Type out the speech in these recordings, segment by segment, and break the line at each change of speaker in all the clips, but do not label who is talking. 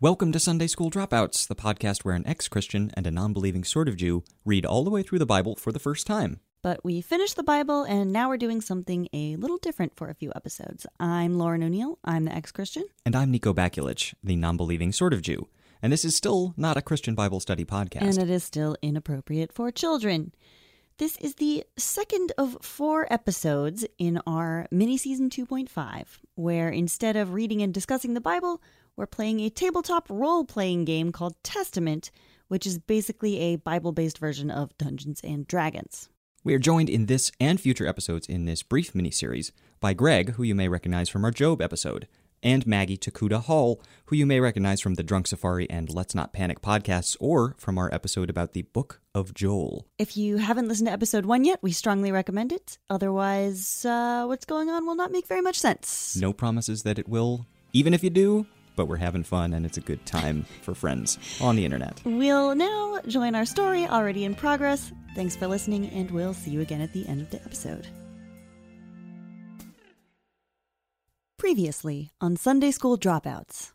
Welcome to Sunday School Dropouts, the podcast where an ex Christian and a non believing sort of Jew read all the way through the Bible for the first time.
But we finished the Bible and now we're doing something a little different for a few episodes. I'm Lauren O'Neill. I'm the ex Christian.
And I'm Nico Bakulich, the non believing sort of Jew. And this is still not a Christian Bible study podcast.
And it is still inappropriate for children. This is the second of four episodes in our mini season 2.5, where instead of reading and discussing the Bible, we're playing a tabletop role playing game called Testament, which is basically a Bible based version of Dungeons and Dragons.
we are joined in this and future episodes in this brief miniseries by Greg, who you may recognize from our Job episode, and Maggie Takuda Hall, who you may recognize from the Drunk Safari and Let's Not Panic podcasts, or from our episode about the Book of Joel.
If you haven't listened to episode one yet, we strongly recommend it. Otherwise, uh, what's going on will not make very much sense.
No promises that it will, even if you do, but we're having fun and it's a good time for friends on the internet.
We'll now join our story already in progress. Thanks for listening, and we'll see you again at the end of the episode. Previously on Sunday School Dropouts.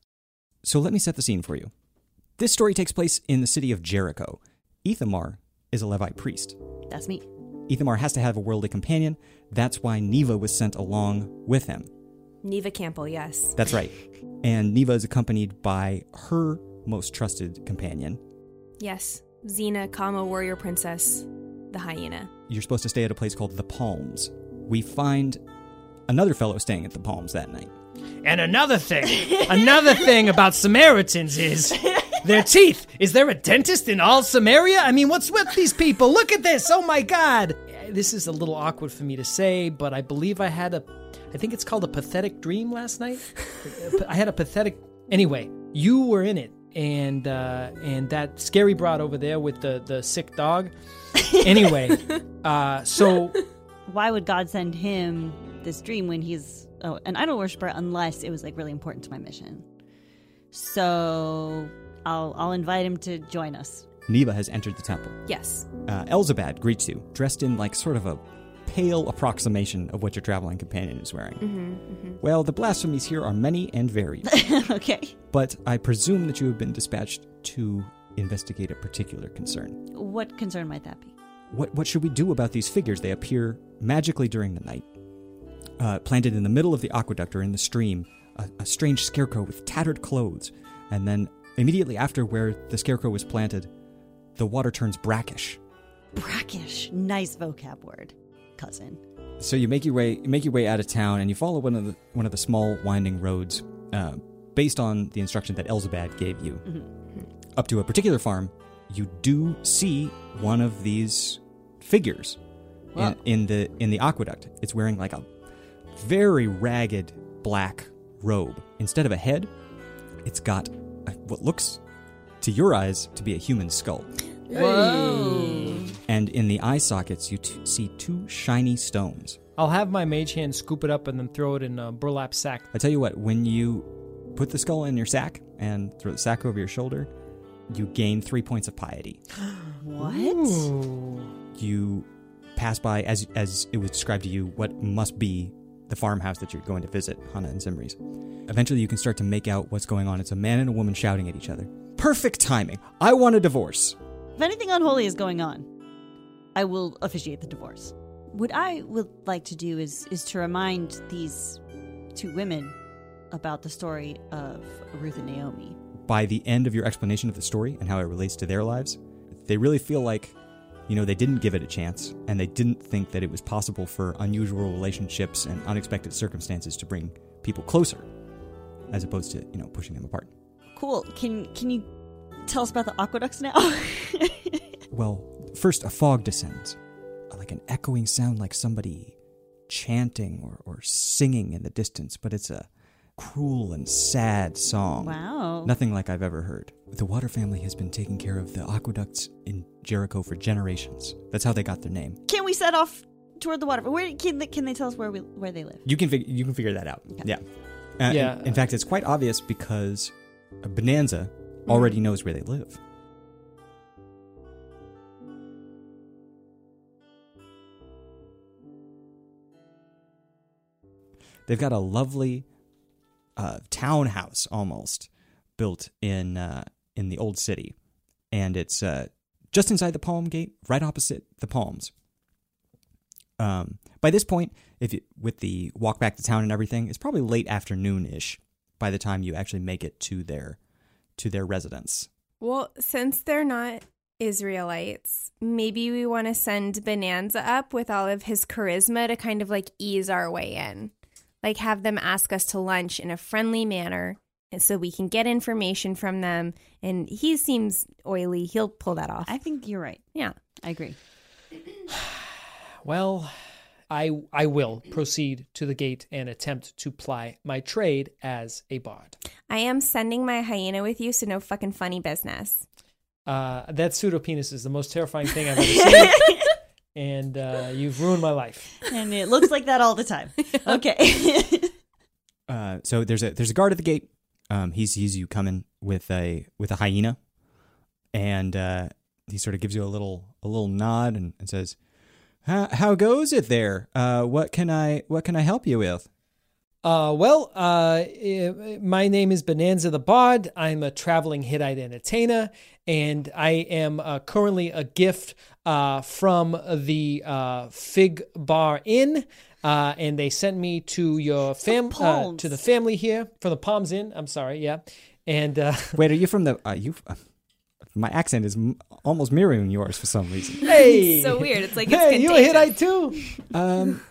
So let me set the scene for you. This story takes place in the city of Jericho. Ithamar is a Levite priest.
That's me.
Ithamar has to have a worldly companion. That's why Neva was sent along with him.
Neva Campbell, yes.
That's right. And Neva is accompanied by her most trusted companion.
Yes. Xena, comma, warrior princess, the hyena.
You're supposed to stay at a place called the Palms. We find another fellow staying at the Palms that night.
And another thing, another thing about Samaritans is their teeth. Is there a dentist in all Samaria? I mean, what's with these people? Look at this. Oh my God. Uh, This is a little awkward for me to say, but I believe I had a, I think it's called a pathetic dream last night. I had a pathetic. Anyway, you were in it, and uh, and that scary broad over there with the the sick dog. Anyway, uh, so
Why would God send him this dream when he's oh, an idol worshiper unless it was like really important to my mission? So I'll I'll invite him to join us.
Neva has entered the temple.
Yes.
Uh, Elzabad greets you, dressed in like sort of a pale approximation of what your traveling companion is wearing. Well, the blasphemies here are many and varied,
okay.
but I presume that you have been dispatched to investigate a particular concern.
What concern might that be?
What what should we do about these figures? They appear magically during the night, uh, planted in the middle of the aqueduct or in the stream. A, a strange scarecrow with tattered clothes, and then immediately after where the scarecrow was planted, the water turns brackish.
Brackish. Nice vocab word, cousin.
So you make your way you make your way out of town, and you follow one of the one of the small winding roads, uh, based on the instruction that Elzabad gave you, up to a particular farm. You do see one of these figures
Wow.
in, in the in the aqueduct. It's wearing like a very ragged black robe. Instead of a head, it's got a, what looks to your eyes to be a human skull. And in the eye sockets, you t- see two shiny stones.
I'll have my mage hand scoop it up and then throw it in a burlap sack.
I tell you what, when you put the skull in your sack and throw the sack over your shoulder, you gain three points of piety.
What?
You pass by, as as it was described to you, what must be the farmhouse that you're going to visit, Hana and Zimri's. Eventually, you can start to make out what's going on. It's a man and a woman shouting at each other. Perfect timing. I want a divorce.
If anything unholy is going on, I will officiate the divorce. What I would like to do is is to remind these two women about the story of Ruth and Naomi.
by the end of your explanation of the story and how it relates to their lives, they really feel like, you know, they didn't give it a chance and they didn't think that it was possible for unusual relationships and unexpected circumstances to bring people closer as opposed to, you know, pushing them apart.
Cool. Can can you tell us about the aqueducts now?
Well, first a fog descends, like an echoing sound like somebody chanting or, or singing in the distance, but it's a cruel and sad song.
wow.
Nothing like I've ever heard. The Water family has been taking care of the aqueducts in Jericho for generations. That's how they got their name.
Can we set off toward the water? Where can they, can they tell us where we where they live?
You can fig- you can figure that out. Yeah. Uh, in-
Yeah.
In, fact, it's quite obvious because Bonanza already knows where they live. They've got a lovely uh, townhouse almost built in uh, in the old city, and it's uh, just inside the Palm Gate, right opposite the Palms. Um, by this point, if you, with the walk back to town and everything, it's probably late afternoon ish by the time you actually make it to their to their residence.
Well, since they're not Israelites, maybe we want to send Bonanza up with all of his charisma to kind of like ease our way in. Like have them ask us to lunch in a friendly manner and so we can get information from them and he seems oily, he'll pull that off.
I think you're right.
yeah.
I agree.
Well, I I will proceed to the gate and attempt to ply my trade as a bard.
I am sending my hyena with you, so no fucking funny business.
Uh, that pseudo penis is the most terrifying thing I've ever seen, and uh, you've ruined my life.
And it looks like that all the time. Okay.
Uh, so there's a there's a guard at the gate. Um, he sees you coming with a with a hyena, and uh, he sort of gives you a little a little nod and, and says, how, "How goes it there? Uh, what can I what can I help you with?"
Uh, well, uh, eh, my name is Bonanza the Bard. I'm a traveling Hittite entertainer, and I am uh, currently a gift uh, from the uh, Fig Bar Inn. Uh, and they sent me to your fam uh,
Palms.
to the family here from the Palms Inn. I'm sorry, yeah. And uh,
Wait, are you from the? Uh, you, uh, my accent is m- almost mirroring yours for some reason.
hey,
So weird. It's like it's
hey, you a
contagious.
Hittite too?
Um,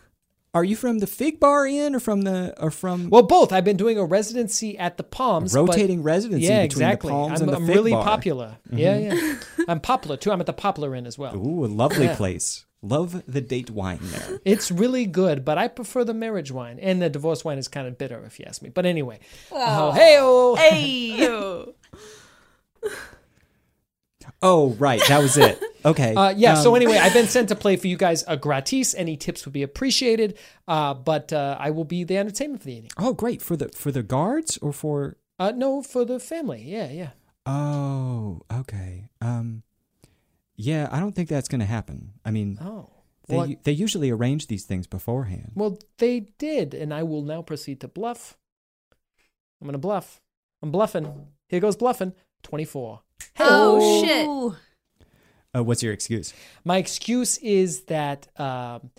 are you from the Fig Bar Inn or from the or from
Well, both. I've been doing a residency at the Palms, but-
rotating residency
yeah,
between
exactly.
the Palms
I'm,
and the
I'm
Fig
really
Bar? Mm-hmm.
popular. Yeah, yeah. I'm popular too. I'm at the Poplar Inn as well.
Ooh, a lovely place. Love the date wine there.
It's really good, but I prefer the marriage wine, and the divorce wine is kind of bitter, if you ask me. But anyway, oh, hey,
hey.
Oh, right, that was it. Okay.
uh, yeah. so
um,
anyway, I've been sent to play for you guys a gratis. Any tips would be appreciated, uh, but uh, I will be the entertainment for the evening.
Oh, great for the for the guards or for.
Uh, no, for the family. Yeah, yeah.
Oh, okay. Um, yeah, I don't think that's going to happen. I mean,
Oh,
they
well,
they usually arrange these things beforehand.
well, they did, and I will now proceed to bluff. I'm gonna bluff. I'm bluffing. Here goes bluffing. Twenty-four.
Oh, shit.
Uh, what's your excuse?
My excuse is that um,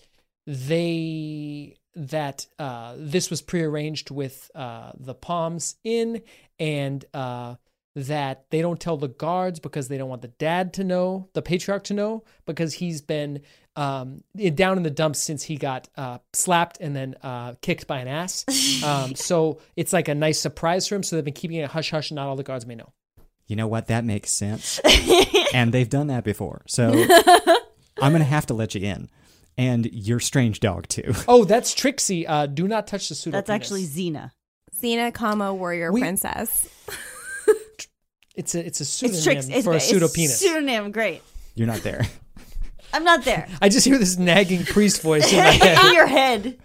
they that uh, this was prearranged with uh, the Palms Inn, and uh, that they don't tell the guards because they don't want the dad to know, the patriarch to know, because he's been um, i- down in the dumps since he got uh, slapped and then uh, kicked by an ass. Um, so it's like a nice surprise for him. So they've been keeping it hush hush, and not all the guards may know.
You know what? That makes sense. and they've done that before. So I'm going to have to let you in. And your strange dog, too.
Oh, that's Trixie. Uh, do not touch the pseudo.
That's actually Xena.
Xena, comma, warrior
We-
princess.
It's a it's a
It's
pseudonym
tricks. It's
for a
it's
pseudo penis.
Pseudonym. Great.
You're not there.
I'm not there.
I just hear this nagging priest voice in my
In
head.
your head.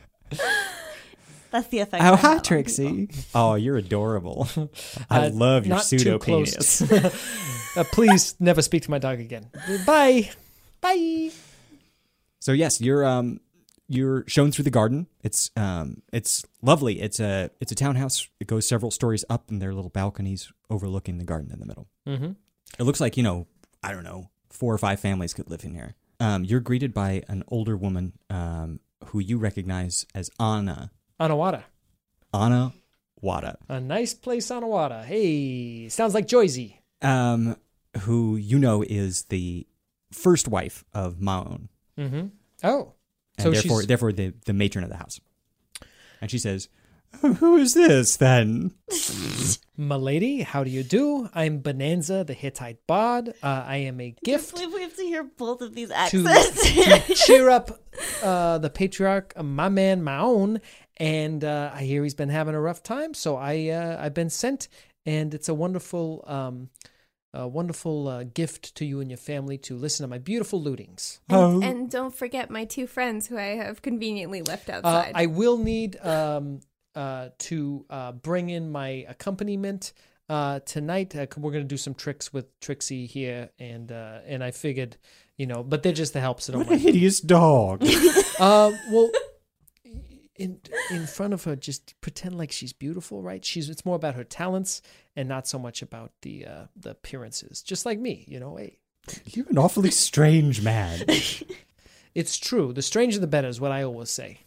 That's the effect.
Oh,
I
hi,
have on people.
Trixie. Oh, you're adorable. I
Uh,
love your
not too
pseudo
close.
penis.
Uh, please never speak to my dog again. Bye. Bye.
So yes, you're um you're shown through the garden. It's um it's lovely. It's a it's a townhouse. It goes several stories up, and there are little balconies overlooking the garden in the middle.
Mhm.
It looks like you know I don't know four or five families could live in here. um, you're greeted by an older woman um, who you recognize as Anna.
Anawada.
Anna Wada.
A nice place, Anawada. Hey, sounds like Joyzy.
um, who you know is the first wife of Maon,
Mm-hmm. Oh.
and
So
therefore,
she's-
therefore the, the matron of the house. And she says, "Oh, "Who is this then?"
Milady, how do you do? I'm Bonanza, the Hittite bard. Uh, I am a
Can't
gift
believe we have to hear both of these
to,
accents.
to cheer up uh, the patriarch, uh, my man Maon. And uh, I hear he's been having a rough time, so I uh, I've been sent, and it's a wonderful um, a wonderful uh, gift to you and your family to listen to my beautiful lutings.
Oh,
And, and don't forget my two friends who I have conveniently left
Uh,
outside.
I will need um, uh, to uh, bring in my accompaniment uh, tonight. Uh, we're going to do some tricks with Trixie here, and uh, and I figured, you know, but they're just the help, so don't worry.
hideous dog!
uh, well, in in front of her, just pretend like she's beautiful, right? She's it's more about her talents and not so much about the uh, the appearances. Just like me, you know. Hey,
You're an awfully strange man.
it's true. The stranger the better is what I always say.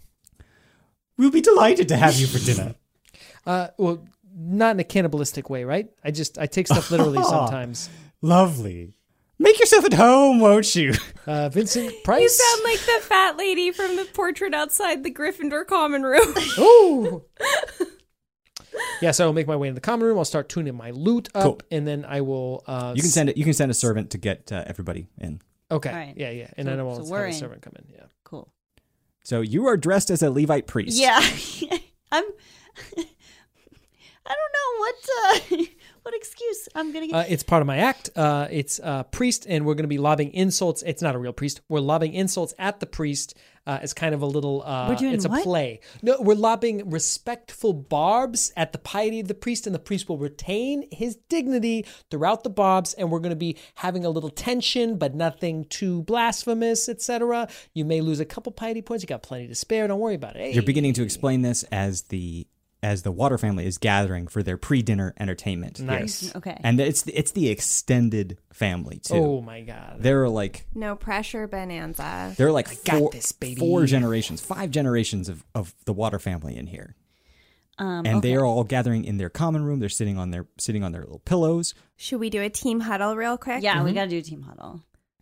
We'll be delighted to have you for dinner.
Uh, well, not in a cannibalistic way, right? I just I take stuff literally sometimes.
Lovely. Make yourself at home, won't you?
Uh, Vincent
you
Price.
sound like the fat lady from the portrait outside the Gryffindor common room.
Ooh. yes, I will make my way into the common room. I'll start tuning my loot up,
Cool.
and then I will. Uh,
You can send it. You can send a servant to get uh, everybody in.
Okay.
All right.
Yeah, yeah. And
So-
then I
so
will
we're
have
in.
a servant come in. Yeah.
cool.
So you are dressed as a Levite priest.
Yeah, I'm. I don't know what uh, what excuse I'm gonna get.
Uh, it's part of my act. Uh, it's uh, priest, and we're going to be lobbing insults. It's not a real priest. We're lobbing insults at the priest. Uh, it's kind of a little. Uh,
We're doing
it's
what?
a play. No, we're lobbing respectful barbs at the piety of the priest, and the priest will retain his dignity throughout the barbs. And we're going to be having a little tension, but nothing too blasphemous, etc. You may lose a couple piety points. You got plenty to spare. Don't worry about it.
You're
Hey.
beginning to explain this as the as the Water family is gathering for their pre-dinner entertainment. here.
Nice.
okay.
And it's the, it's the extended family too.
Oh my god.
There are like
no pressure, Bonanza.
there are like
got
four,
this, baby.
four generations, five generations of, of the Water family in here.
um,
And
okay.
they are all gathering in their common room. They're sitting on their sitting on their little pillows.
Should we do a team huddle real quick?
Yeah,
Mm-hmm.
we gotta do a team huddle.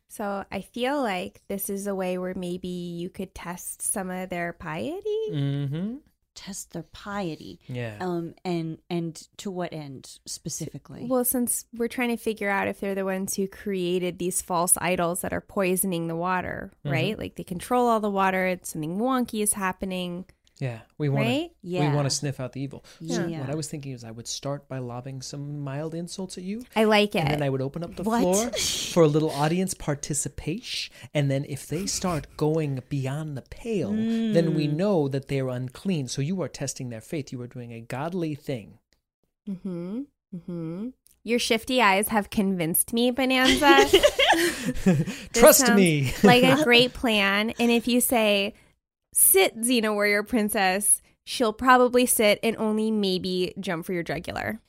So I feel like this is a way where maybe you could test some of their piety.
Mm-hmm.
Test their piety.
Yeah.
Um, and and to what end specifically?
Well, since we're trying to figure out if they're the ones who created these false idols that are poisoning the water,
Mm-hmm.
right? Like they control all the water, it's something wonky is happening.
Yeah, we want
Right?
to
Yeah.
we want to sniff out the evil. So
Yeah.
What I was thinking is I would start by lobbing some mild insults at you.
I like it.
And then I would open up the
What?
floor for a little audience participation. And then if they start going beyond the pale, then
Mm.
we know that they're unclean. So you are testing their faith. You are doing a godly thing.
mm-hmm. Mm-hmm. Your shifty eyes have convinced me, Bonanza. This
Trust
sounds
me.
like a great plan. And if you say, sit, Xena Warrior Princess, she'll probably sit and only maybe jump for your jugular.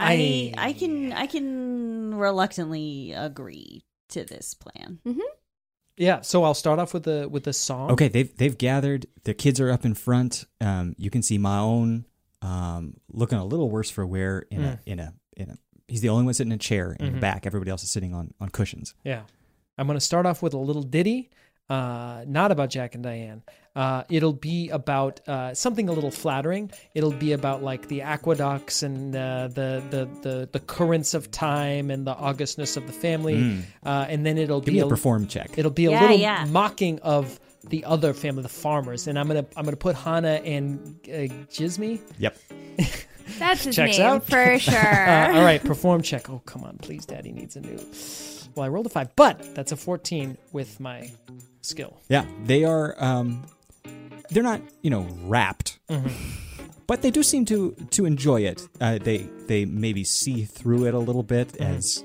I I can I can reluctantly agree to this plan.
Yeah, so I'll start off with the with the song.
Okay, they've they've gathered. Their kids are up in front. Um, you can see Maon um, looking a little worse for wear in a
Hmm.
in a in a. He's the only one sitting in a chair in
Mm-hmm.
the back. Everybody else is sitting on on cushions.
Yeah. I'm going to start off with a little ditty, uh, not about Jack and Diane. Uh, it'll be about uh, something a little flattering. It'll be about like the aqueducts and uh, the, the the the currents of time and the augustness of the family. Uh, and then it'll
Hmm. Give
be
me a
a-
perform check.
It'll be a
Yeah,
little
yeah.
mocking of the other family, the farmers. And I'm gonna I'm gonna put Hana and uh, Jizmi.
Yep.
That's his
Checks
name
out.
for sure.
Uh, all right, perform check. Oh come on, please, Daddy needs a new. Well, I rolled a five, but that's a 14 with my skill.
Yeah, they are. Um, they're not, you know, wrapped,
Mm-hmm.
but they do seem to to enjoy it. Uh, they they maybe see through it a little bit
Mm-hmm.
as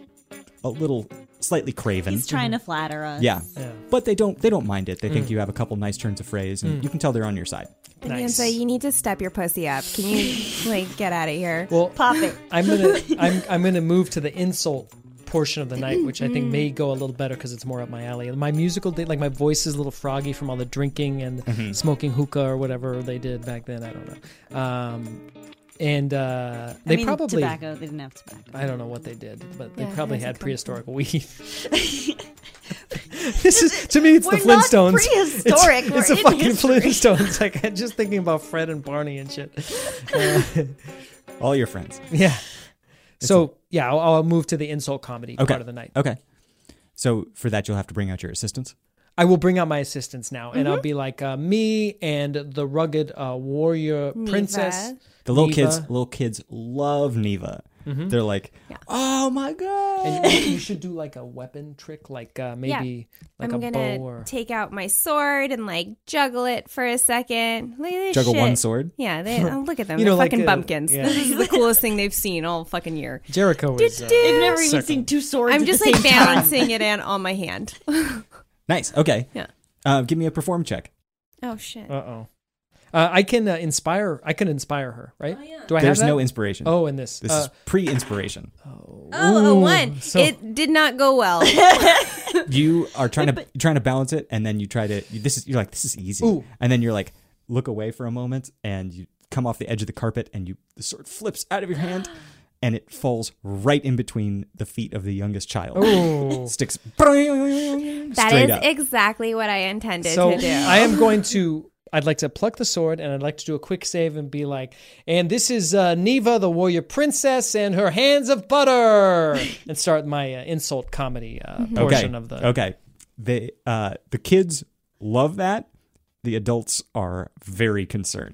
a little slightly craven. Mm-hmm.
He's trying to flatter us.
yeah.
Yeah. Mm.
but they don't they don't mind it. They think you have a couple nice turns of phrase, and you can tell they're on your side.
Nice.
Bonanza, you need to step your pussy up. Can you like get out of here?
Well,
Pop it.
I'm gonna I'm I'm gonna move to the insult portion of the night, which I
Mm.
think may go a little better because it's more up my alley. My musical, day, like my voice is a little froggy from all the drinking and smoking hookah or whatever they did back then. I don't know. Um, and uh, they
I mean,
probably
tobacco. They didn't have tobacco.
I don't know what they did, but
Yeah,
they probably
how's it
had
come?
prehistoric weed. this is to me, it's the
We're not
Flintstones.
prehistoric,
It's,
we're
it's the
in
fucking
history.
Flintstones. Like I'm just thinking about Fred and Barney and shit.
All your friends.
Yeah. So yeah, I'll, I'll move to the insult comedy
Okay.
part of the night.
Okay. So for that, you'll have to bring out your assistants.
I will bring out my assistants now, and I'll be like uh, me and the rugged uh, warrior princess.
Neva.
The little
Neva. Mm-hmm.
kids, little kids love Neva. They're like, oh my god.
And you, you should do like a weapon trick, like uh, maybe like
I'm
a
gonna
bow or
take out my sword and like juggle it for a second. Look at this
Juggle
shit.
one sword?
Yeah, they oh, look at them.
You
They're
know, like
fucking
a-
bumpkins.
yeah.
This is the coolest thing they've seen all fucking year.
Jericho is. uh,
I've never even
Circle.
seen two swords.
I'm
at
just
the
like
same time.
balancing it in on my hand. Oh,
Nice. Okay.
Yeah.
Uh, give me a perform check.
Oh shit.
Uh oh. Uh, I can uh, inspire. I can inspire her, right?
Oh,
Do I
There's
have that?
no inspiration.
Oh, in this.
This
Uh,
is pre-inspiration.
Oh, a one.
so-
It did not go well.
you are trying to you're trying to balance it, and then you try to. You, this is you're like this is easy,
Ooh.
and then you're like look away for a moment, and you come off the edge of the carpet, and you the sword flips out of your hand, and it falls right in between the feet of the youngest child.
Ooh.
Sticks
That
straight
is
up.
exactly what I intended
so
to do.
I am going to. I'd like to pluck the sword, and I'd like to do a quick save and be like, "And this is uh, Neva, the warrior princess, and her hands of butter," and start my uh, insult comedy uh,
Mm-hmm.
portion
okay.
of the.
Okay. They uh the kids love that. The adults are very concerned.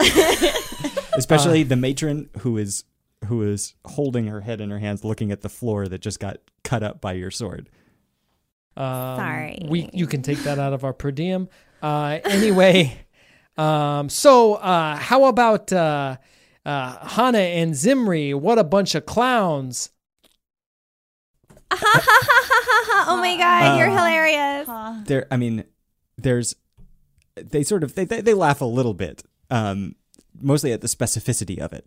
Especially
Uh.
the matron who is who is holding her head in her hands looking at the floor that just got cut up by your sword.
Um,
Sorry.
We you can take that out of our per diem. Uh, anyway, um, so uh, how about uh, uh, Hana and Zimri? What a bunch of clowns!
oh my god,
Uh,
you're hilarious.
There I mean there's they sort of they they, they laugh a little bit. Um mostly at the specificity of it.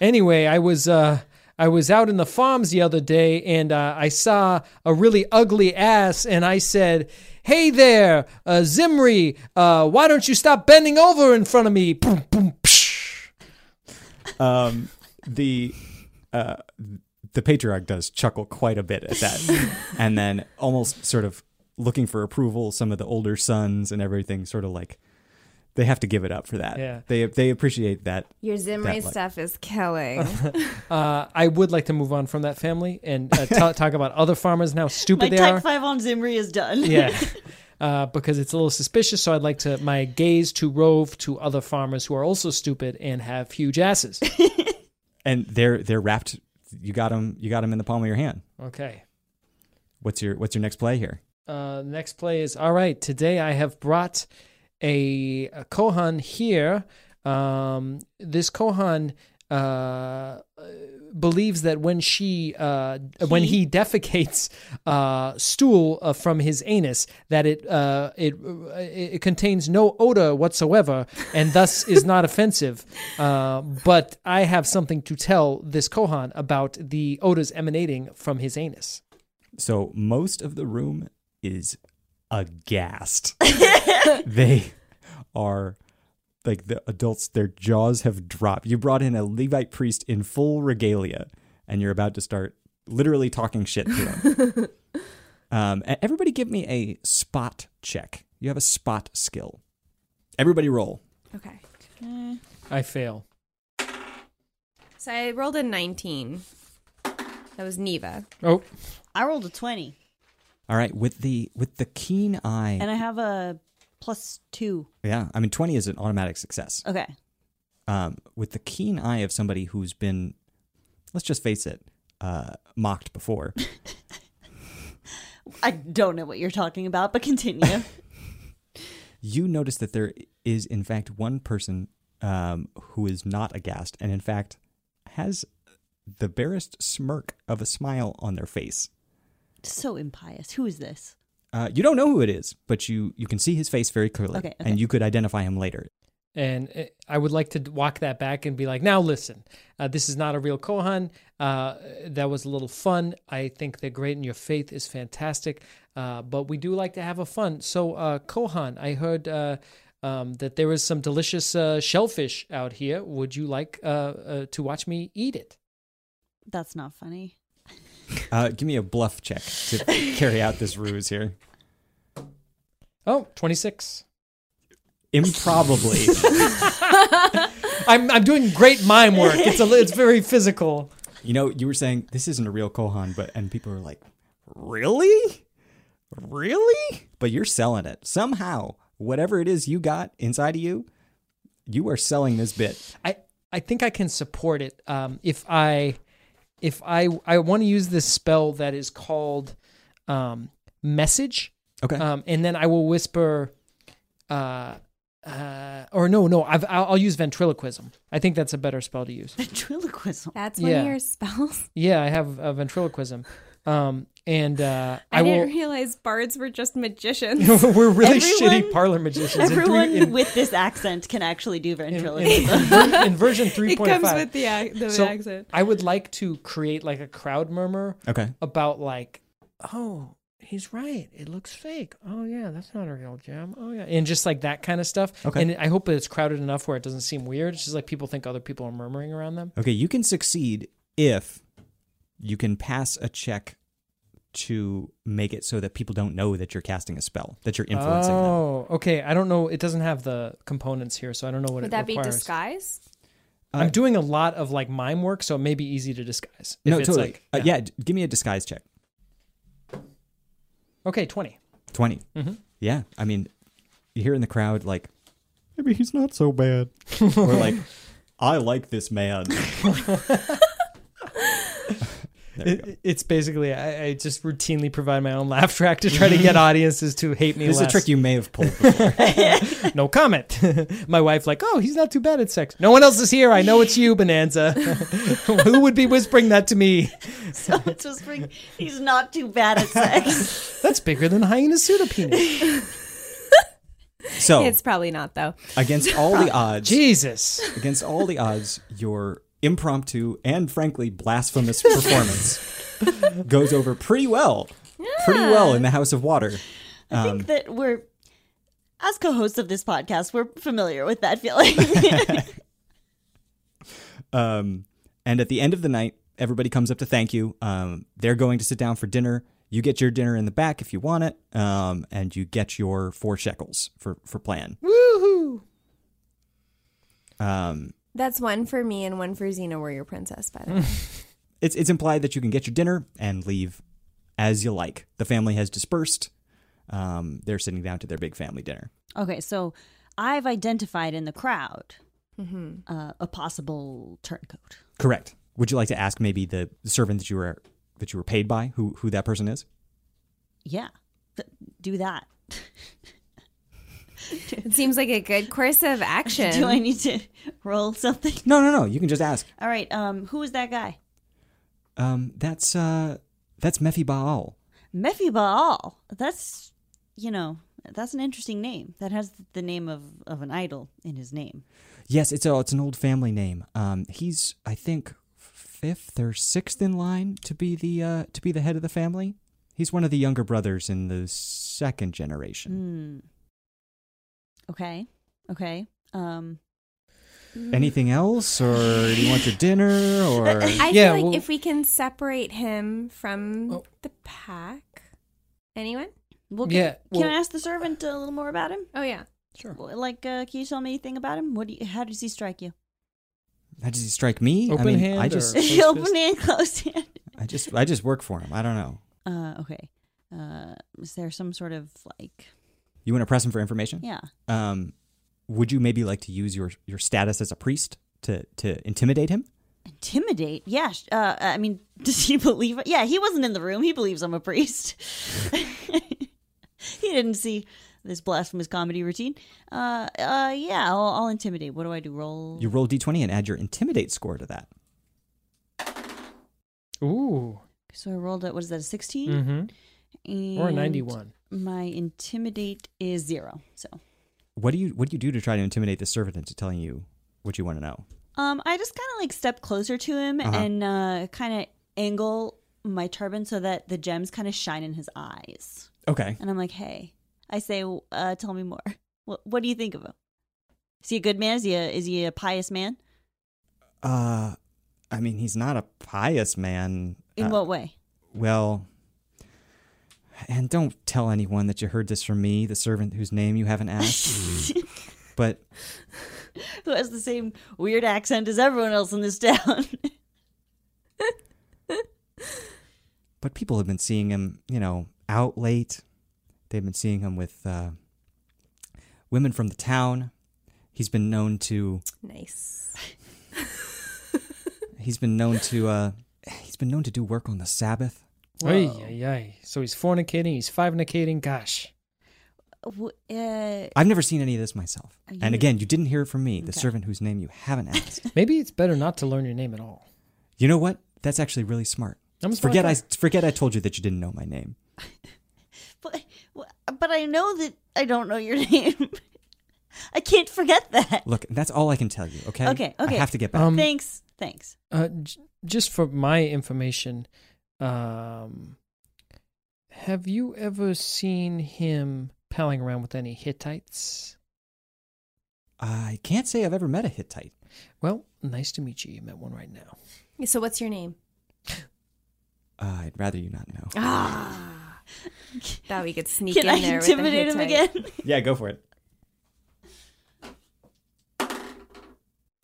Anyway, I was uh, I was out in the farms the other day, and uh, I saw a really ugly ass, and I said, "Hey there, uh, Zimri! Uh, why don't you stop bending over in front of me?" Boom, boom, psh.
Um the uh the patriarch does chuckle quite a bit at that and then almost sort of looking for approval some of the older sons and everything sort of like they have to give it up for that
Yeah.
they they appreciate that
Your Zimri
That, like-
stuff is killing.
Uh, I would like to move on from that family and uh, ta- talk about other farmers and how
My
stupid they
type
are.
five on Zimri is done.
yeah. Uh, because it's a little suspicious, so I'd like to my gaze to rove to other farmers who are also stupid and have huge asses.
and they're they're wrapped you got them you got 'em in the palm of your hand
Okay.
what's your what's your next play here
Uh, next play is all right. Today I have brought a, a kohan here. Um, this kohan uh, believes that when she uh, when he defecates uh, stool uh, from his anus, that it uh, it it contains no odor whatsoever, and thus is not offensive. Uh, but I have something to tell this kohan about the odors emanating from his anus.
so most of the room is aghast they are like the adults their jaws have dropped you brought in a levite priest in full regalia and you're about to start literally talking shit to him um, and everybody give me a spot check you have a spot skill everybody roll
okay.
I fail.
So I rolled a 19. That was Neva.
Oh.
I rolled a twenty,
all right with the with the keen eye
and I have a plus two.
yeah i mean 20 is an automatic success
Okay.
um, with the keen eye of somebody who's been, let's just face it, uh, mocked before.
I don't know what you're talking about, but continue.
you notice that there is, in fact, one person um, who is not aghast and, in fact, has the barest smirk of a smile on their face.
so impious. Who is this?
Uh, you don't know who it is, but you, you can see his face very clearly,
Okay, okay.
and you could identify him later.
And eh, I would like to d- walk that back and be like, now listen, uh, this is not a real Kohan. Uh, that was a little fun. I think they're great, and your faith is fantastic. Uh, but we do like to have a fun. So, uh, Kohan, I heard uh, um, that there is some delicious uh, shellfish out here. Would you like uh, uh, to watch me eat it?
That's not funny.
Uh, give me a bluff check to carry out this ruse here.
Oh, 26.
Improbably.
I'm, I'm doing great mime work. It's, a, li- it's very physical.
you know, you were saying this isn't a real Kohan, but and people were like, Really? Really? But you're selling it. Somehow, whatever it is you got inside of you, you are selling this bit.
I I think I can support it. Um, if I if I I want to use this spell that is called um, message,
Okay.
um, and then I will whisper, uh, uh, or no, no, I've, I'll, I'll use ventriloquism. I think that's a better spell to use.
Ventriloquism.
That's one
Yeah.
of your spells.
Yeah, I have uh, ventriloquism, um, and uh,
I,
I, will.
didn't realize bards were just magicians.
we're really shitty
Everyone-
parlor magicians. in three-
Everyone
in-
with this accent can actually do ventriloquism.
in, ver- in version three
it
point
comes
five.
with the, ac- the
so
accent.
I would like to create like a crowd murmur
Okay.
about like, oh, he's right. It looks fake. Oh yeah, that's not a real gem. Oh yeah, and just like that kind of stuff.
Okay.
And I hope it's crowded enough where it doesn't seem weird. It's just like people think other people are murmuring around them.
Okay, you can succeed if you can pass a check to make it so that people don't know that you're casting a spell, that you're influencing them.
oh, okay. I don't know. It doesn't have the components here, so I don't know what
Would
it
that be
requires.
disguise?
I'm doing a lot of like mime work, so it may be easy to disguise. If
No,
it's,
totally.
like-
Uh, yeah, d- give me a disguise check.
Okay, twenty.
20.
Mm-hmm.
Yeah. I mean, you hear in the crowd, like, maybe he's not so bad. or like, I like this man. There you go.
It- it's basically I, I just routinely provide my own laugh track to try to get audiences to hate me.
This is a
less.
trick you may have pulled before.
no comment. My wife, like, oh, he's not too bad at sex. No one else is here. I know it's you, Bonanza. Who would be whispering that to me?
so it's just like, he's not too bad at sex.
That's bigger than hyena pseudopenis.
So,
Oh.
It's probably not though.
against all the odds,
Jesus.
against all the odds, your impromptu and frankly blasphemous performance goes over pretty well. Pretty well in the House of Water.
I
Um,
think that we're, as co hosts of this podcast, we're familiar with that feeling.
Um, and at the end of the night, everybody comes up to thank you. Um, they're going to sit down for dinner. You get your dinner in the back if you want it, um, and you get your four shekels for for plan.
Woohoo.
Um,
That's one for me and one for Xena, where your princess, by the way.
it's it's implied that you can get your dinner and leave as you like. The family has dispersed. Um, they're sitting down to their big family dinner.
okay, so I've identified in the crowd
Mm-hmm.
uh, a possible turncoat.
Correct. Would you like to ask maybe the servant that you were that you were paid by who who that person is?
Yeah, th- do that.
It seems like a good course of action.
Do I need to roll something?
No, no, no. You can just ask.
All right, um, who is that guy?
Um, that's uh, that's Mephi Baal.
Mephi Baal. That's, you know, that's an interesting name. That has the name of, of an idol in his name.
Yes, it's a, it's an old family name. Um, he's I think fifth or sixth in line to be the uh, to be the head of the family. He's one of the younger brothers in the second generation.
Hmm. Okay. Okay. Um.
Anything else, or do you want your dinner, or
I
Yeah,
feel like
well-
if we can separate him from
Oh.
the pack. Anyone?
Well, can,
Yeah,
can
well-
I ask the servant a little more about him?
Oh, yeah.
Sure.
Well, Like, uh, can you tell me anything about him? What do you, how does he strike you?
how does he strike me? I
Open
mean,
hand
I just
or- Close
Open
fist.
hand, closed hand.
I just I just work for him. I don't know.
Uh, okay. Uh, is there some sort of like,
You want to press him for information?
yeah?
Um, would you maybe like to use your your status as a priest to to intimidate him?
Intimidate? Yeah. sh- Uh, I mean, does he believe? Yeah, he wasn't in the room. He believes I'm a priest. he didn't see this blasphemous comedy routine. Uh, uh, yeah. I'll, I'll intimidate. What do I do? Roll.
You roll d twenty and add your intimidate score to that.
Ooh.
So I rolled at what is that a 16
Mm-hmm.
and
Or 91.
My intimidate is zero. So
What do you what do you do to try to intimidate the servant into telling you what you want to know?
Um, I just kind of like step closer to him
Uh-huh.
and uh, kind of angle my turban so that the gems kind of shine in his eyes.
Okay.
And I'm like, hey, I say, uh, tell me more. What, what do you think of him? Is he a good man? Is he a, is he a pious man?
Uh, I mean, he's not a pious man.
In
Uh,
what way?
Well, and don't tell anyone that you heard this from me, the servant whose name you haven't asked. but
Who has the same weird accent as everyone else in this town?
but people have been seeing him, you know, out late. They've been seeing him with uh, women from the town. He's been known to
Nice.
he's been known to uh, he's been known to do work on the Sabbath.
Ay, ay, ay. So he's fornicating, he's fivenicating. Gosh.
W- uh,
I've never seen any of this myself.
Are
And
you-
again, you didn't hear it from me, the
Okay.
servant whose name you haven't asked.
Maybe it's better not to learn your name at all.
you know what? That's actually really smart.
I'm a smart
forget
guy.
I forget I told you that you didn't know my name.
but, but I know that I don't know your name. I can't forget that.
Look, that's all I can tell you. Okay.
Okay, okay.
I have to get back.
Um,
thanks. Thanks.
Uh, j- just for my information, um, have you ever seen him palling around with any Hittites?
I can't say I've ever met a Hittite.
Well, nice to meet you. You met one right now.
So what's your name?
Uh, I'd rather you not know.
Ah. Thought we could sneak
Can
in
I
there
intimidate
with
him
the
again?
yeah, go for it.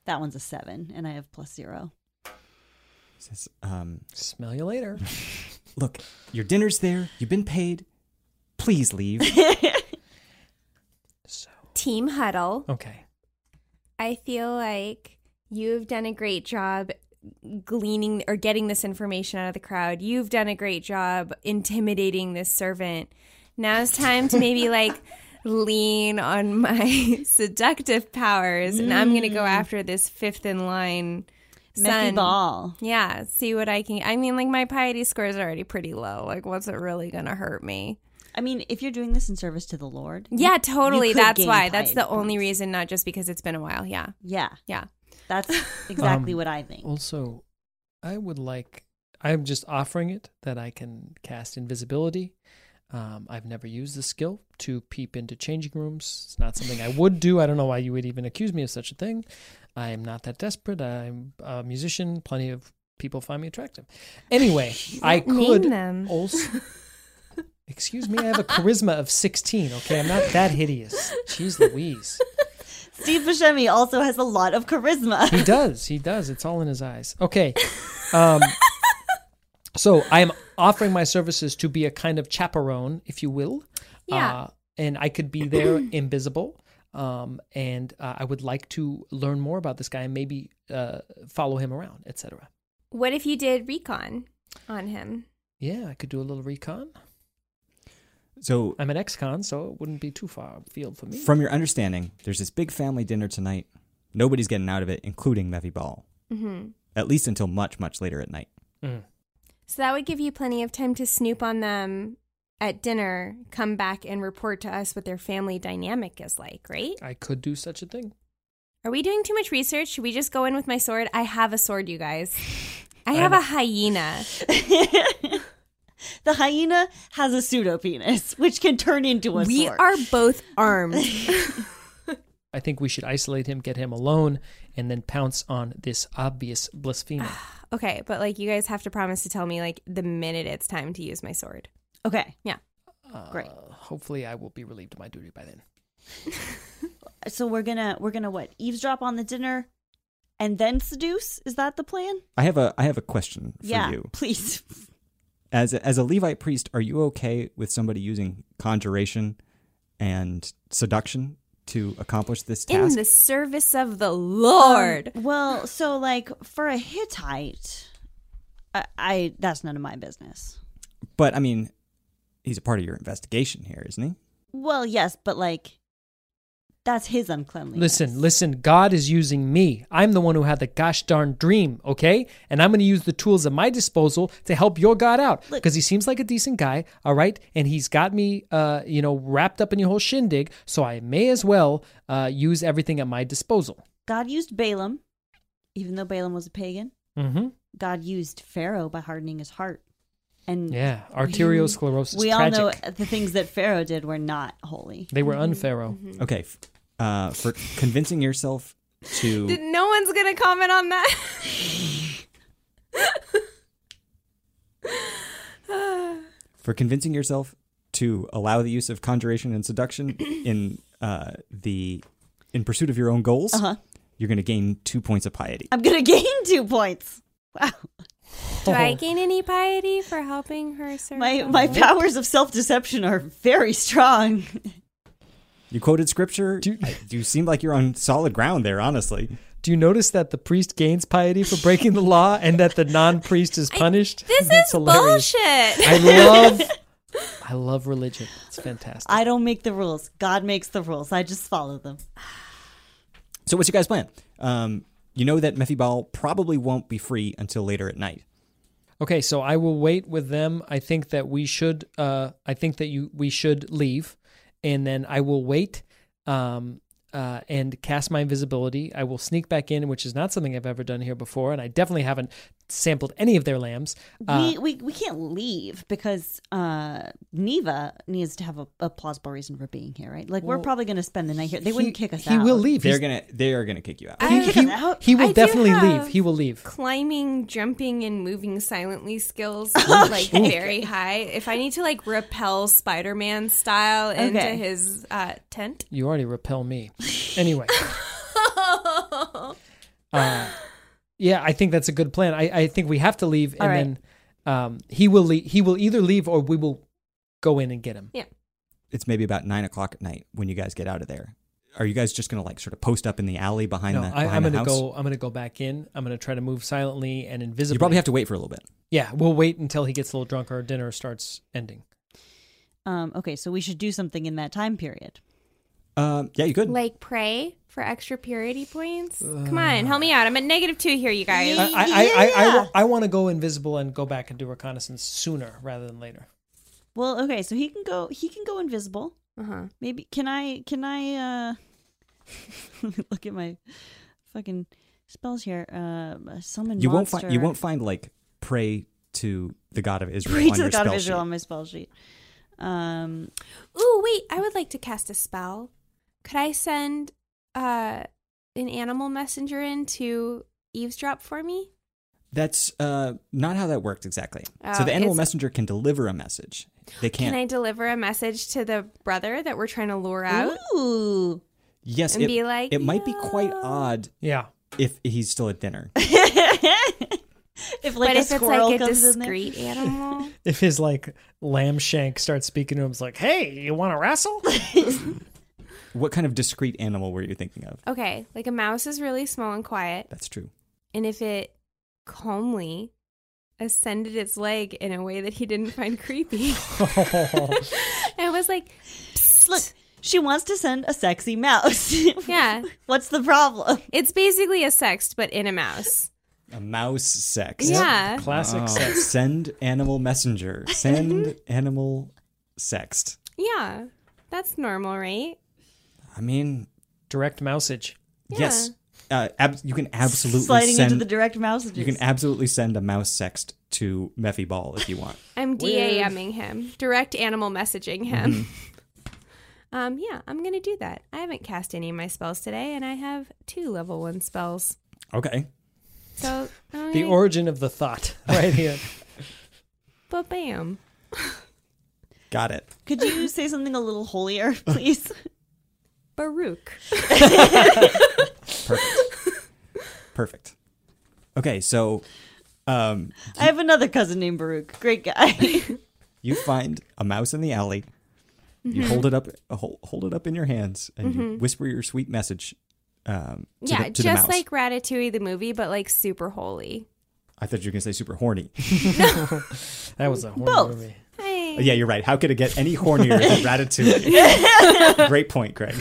That one's a seven, and I have plus zero.
Says, um,
Smell you later.
look, your dinner's there. You've been paid. Please leave.
so
Team huddle.
okay,
I feel like you've done a great job gleaning or getting this information out of the crowd. You've done a great job intimidating this servant. Now it's time to maybe like lean on my seductive powers and I'm going to go after this fifth in line
Mm. Messy
son.
ball.
Yeah, see what I can. I mean, like my piety score is already pretty low. Like, what's it really going to hurt me?
I mean, if you're doing this in service to the Lord,
Yeah, totally.
could
That's
gain
why. That's
piety
the only
points.
reason, not just because it's been a while. Yeah,
yeah,
yeah.
that's exactly
Um,
what I think.
Also, I would like. I'm just offering it that I can cast invisibility. Um, I've never used the skill to peep into changing rooms. It's not something I would do. I don't know why you would even accuse me of such a thing. I am not that desperate. I'm a musician. Plenty of people find me attractive. Anyway, I
Name
could
them.
also. Excuse me, I have a charisma of 16, okay? I'm not that hideous. Jeez Louise.
Steve Buscemi also has a lot of charisma.
He does. He does. It's all in his eyes. Okay. Um, so I am offering my services to be a kind of chaperone, if you will.
Yeah.
Uh, and I could be there invisible. Um, and uh, I would like to learn more about this guy and maybe uh, follow him around, etc.
What if you did recon on him?
Yeah, I could do a little recon.
So,
I'm an ex-con, so it wouldn't be too far field for me.
from your understanding, there's this big family dinner tonight. Nobody's getting out of it, including Mevy Ball,
hmm
at least until much, much later at night.
Mm.
So that would give you plenty of time to snoop on them at dinner, come back and report to us what their family dynamic is like, right?
I could do such a thing.
Are we doing too much research? Should we just go in with my sword? I have a sword, you guys. I have
I'm-
a hyena.
the hyena has a pseudo penis, which can turn into a
We
sword.
are both armed.
I think we should isolate him, get him alone, and then pounce on this obvious blasphemer.
okay, but like you guys have to promise to tell me like the minute it's time to use my sword.
okay.
Yeah.
Great.
Uh, hopefully, I will be relieved of my duty by then.
So we're gonna we're gonna what eavesdrop on the dinner, and then seduce. Is that the plan?
I have a I have a question for
yeah.
you.
Please.
As a, as a Levite priest, are you okay with somebody using conjuration and seduction to accomplish this task?
In the service of the Lord.
Um, well, so like for a Hittite, I, I that's none of my business.
but I mean, he's a part of your investigation here, isn't he?
Well, yes, but like That's his uncleanliness.
Listen, listen, God is using me. I'm the one who had the gosh darn dream, okay? And I'm going to use the tools at my disposal to help your God out
Look-
because he seems like a decent guy, all right? And he's got me, uh, you know, wrapped up in your whole shindig, so I may as well uh, use everything at my disposal.
God used Balaam, even though Balaam was a pagan.
Mm-hmm.
God used Pharaoh by hardening his heart. And
Yeah, arteriosclerosis.
we
tragic.
all know the things that Pharaoh did were not holy.
they were unpharaoh.
Okay, f- uh, for convincing yourself to
Did- no one's gonna comment on that.
for convincing yourself to allow the use of conjuration and seduction in uh, the in pursuit of your own goals,
Uh-huh.
you're going to gain two points of piety.
I'm going to gain two points. Wow.
Oh,
Do I gain any piety for helping her serve?
My,
the
my
Lord?
powers of self deception are very strong.
You quoted scripture. I- you seem like you're on solid ground there. Honestly,
Do you notice that the priest gains piety for breaking the law and that the non-priest is punished?
This
That's
is
hilarious.
bullshit.
I love I love religion. It's fantastic.
I don't make the rules. God makes the rules. I just follow them.
so what's your guys' plan? Um, you know that Mephibal probably won't be free until later at night.
Okay, so I will wait with them. I think that we should. Uh, I think that you we should leave, and then I will wait. Um, uh, and cast my invisibility. I will sneak back in, which is not something I've ever done here before, and I definitely haven't sampled any of their lambs. Uh,
we, we, we can't leave because uh, Neva needs to have a, a plausible reason for being here, right? Like, we're probably going to spend the night here. They wouldn't
he,
kick us
he
out.
will leave.
They're
He's-
gonna they are gonna kick you out.
I-
he,
kick
us
he-
out?
he will
I do
definitely leave.
have-
He will leave.
climbing, jumping, and moving silently skills like very high. If I need to like repel Spider Man style into
Okay.
his uh, tent,
You already repel me. Anyway. uh, yeah, I think that's a good plan. I, I think we have to leave, and
All right.
then um, he will leave. He will either leave or we will go in and get him.
It's maybe about nine o'clock at night when you guys get out of there. Are you guys just gonna like sort of post up in the alley behind
No,
the
I,
behind
I'm
the
gonna
house?
go. I'm gonna go back in. I'm gonna try to move silently and invisibly.
you probably have to wait for a little bit.
Yeah, we'll wait until he gets a little drunk or dinner starts ending.
Um, okay, so we should do something in that time period.
Um, yeah, you could.
like pray for extra purity points. Come on, help me out. I'm at negative two here, you guys.
I I, I, I, wa- I want to go invisible and go back and do reconnaissance sooner rather than later.
Well, okay, so he can go. He can go invisible.
Uh-huh.
Maybe can I? Can I? uh Let me look at my fucking spells here. Um, summon.
you won't
monster.
find you won't find like pray to the God of Israel
Pray
on
to
your
the God
spell
of Israel
sheet.
on my spell sheet. Um,
Ooh, wait, I would like to cast a spell. Could I send uh, an animal messenger in to eavesdrop for me?
That's uh, not how that worked exactly. so
Oh,
the animal
it's-
messenger can deliver a message. They can't.
Can I deliver a message to the brother that we're trying to lure out?
ooh,
yes,
and
it,
be like,
it might be quite
"No."
odd
Yeah.
if he's still at dinner.
if like
but
a
if it's
squirrel
like a
comes in there.
discreet animal,
If his like lamb shank starts speaking to him, it's like, "Hey, you want to wrestle?"
what kind of discreet animal were you thinking of?
okay, like a mouse is really small and quiet,
That's true.
and if it calmly ascended its leg in a way that he didn't find creepy, and was like, "Psst."
Look, she wants to send a sexy mouse.
yeah,
What's the problem?
it's basically a sext, but in a mouse.
A mouse sex.
Yeah.
Classic
Oh,
sex.
Send animal messenger. Send animal sext.
Yeah, that's normal, right?
I mean,
direct mousage.
yes. Uh, ab- you can absolutely
Sliding
send.
into the direct mouse.
you can absolutely send a mouse sext to Meffy Ball if you want.
I'm DAMing him, direct animal messaging him. Um, yeah, I'm gonna do that. I haven't cast any of my spells today, and I have two level one spells.
Okay.
So I'm
The
gonna-
origin of the thought, right here.
but bam.
Got it.
Could you say something a little holier, please?
Baruch.
Perfect. Perfect. Okay, so um,
I have another cousin named Baruch. Great guy.
you find a mouse in the alley. You
Mm-hmm.
hold it up, uh, hol- hold it up in your hands, and you whisper your sweet message. Um, to
yeah,
the, to the
just
mouse.
like Ratatouille the movie, but like super holy.
I thought you were gonna say super horny.
That was a horror
Both.
movie.
Hey.
yeah, you're right. How could it get any hornier than Ratatouille? Great point, Greg.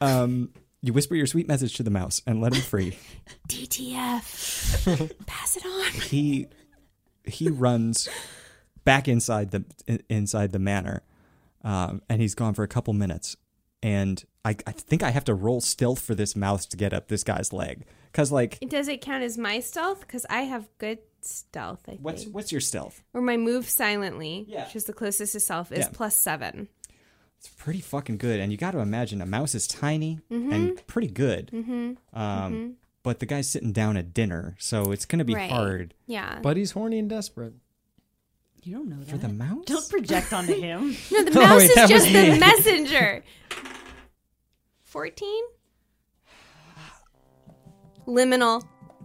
Um, you whisper your sweet message to the mouse and let him free.
DTF. Pass it on.
He he runs back inside the in- inside the manor, um, and he's gone for a couple minutes. And I, I think I have to roll stealth for this mouse to get up this guy's leg because like
Does it count as my stealth? Because I have good stealth, I think.
what's what's your stealth?
or my move silently,
Yeah.
which is the closest to self, is
Yeah.
plus seven.
It's pretty fucking good, and you got to imagine a mouse is tiny and pretty good. Mm-hmm. Um, But the guy's sitting down at dinner, so it's gonna be
Right.
hard
Yeah.
But he's horny and desperate.
You don't know that.
for the mouse.
Don't project onto him.
no, the
Oh,
mouse
wait,
is
that was
just the
me.
messenger. 14? Liminal.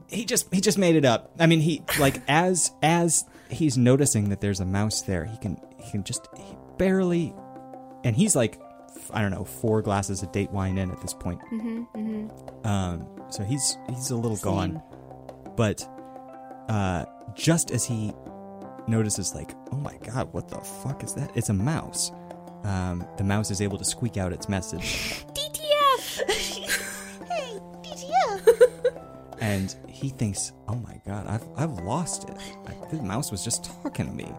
he just he just made it up. I mean, he like as as he's noticing that there's a mouse there, he can he can just he barely, and he's like, f- I don't know, four glasses of date wine in at this point. Mm-hmm, Um, so he's he's a little gone, but uh, just as he notices, like, oh my god, what the fuck is that? It's a mouse. Um, the mouse is able to squeak out its message,
DTF! hey, DTF!
and he thinks, "Oh my god, I've I've lost it. I, the mouse was just talking to me."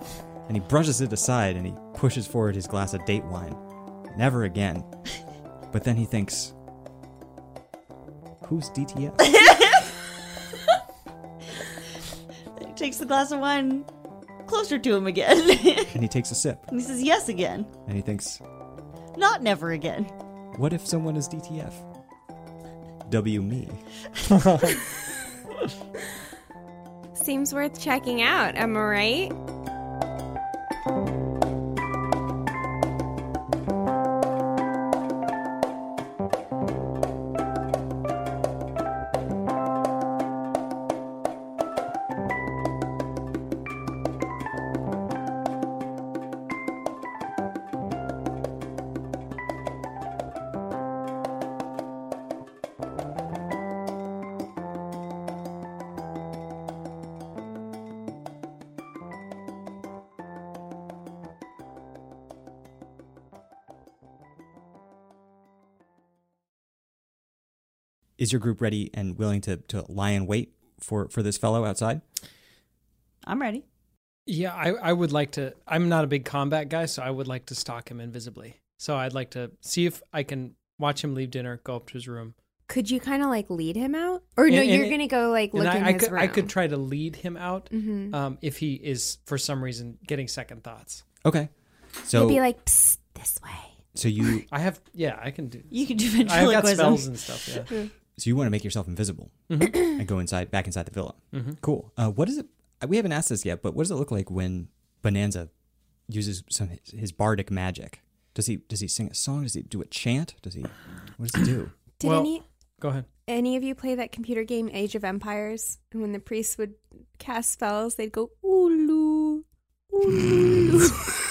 And he brushes it aside and he pushes forward his glass of date wine. Never again. But then he thinks, "Who's DTF?"
He takes the glass of wine closer to him again. and
and he takes a sip
he says yes again.
and he thinks,
Not never again.
"What if someone is DTF?" W me.
Seems worth checking out, am I right?
Is your group ready and willing to to lie in wait for for this fellow outside?
I'm ready.
Yeah, I, I would like to. I'm not a big combat guy, so I would like to stalk him invisibly. So I'd like to see if I can watch him leave dinner, go up to his room.
Could you kind of like lead him out? Or no,
And- and-
you're going to go like
and
look
I,
in
I
his
could,
room.
I could try to lead him out
Mhm.
um, if he is, for some reason, getting second thoughts.
Okay. So
You'll be like, Psst, this way.
so you
I have, yeah, I can do.
You can do
I've got
ventriloquism.
spells and stuff, yeah.
So you want to make yourself invisible and go inside, back inside the villa. Cool. Uh, what is it? We haven't asked this yet, but what does it look like when Bonanza uses some his, his bardic magic? Does he does he sing a song? Does he do a chant? Does he? What does he do?
Did
Well-
any
go ahead.
any of you play that computer game Age of Empires? And when the priests would cast spells, they'd go oolu, oolu.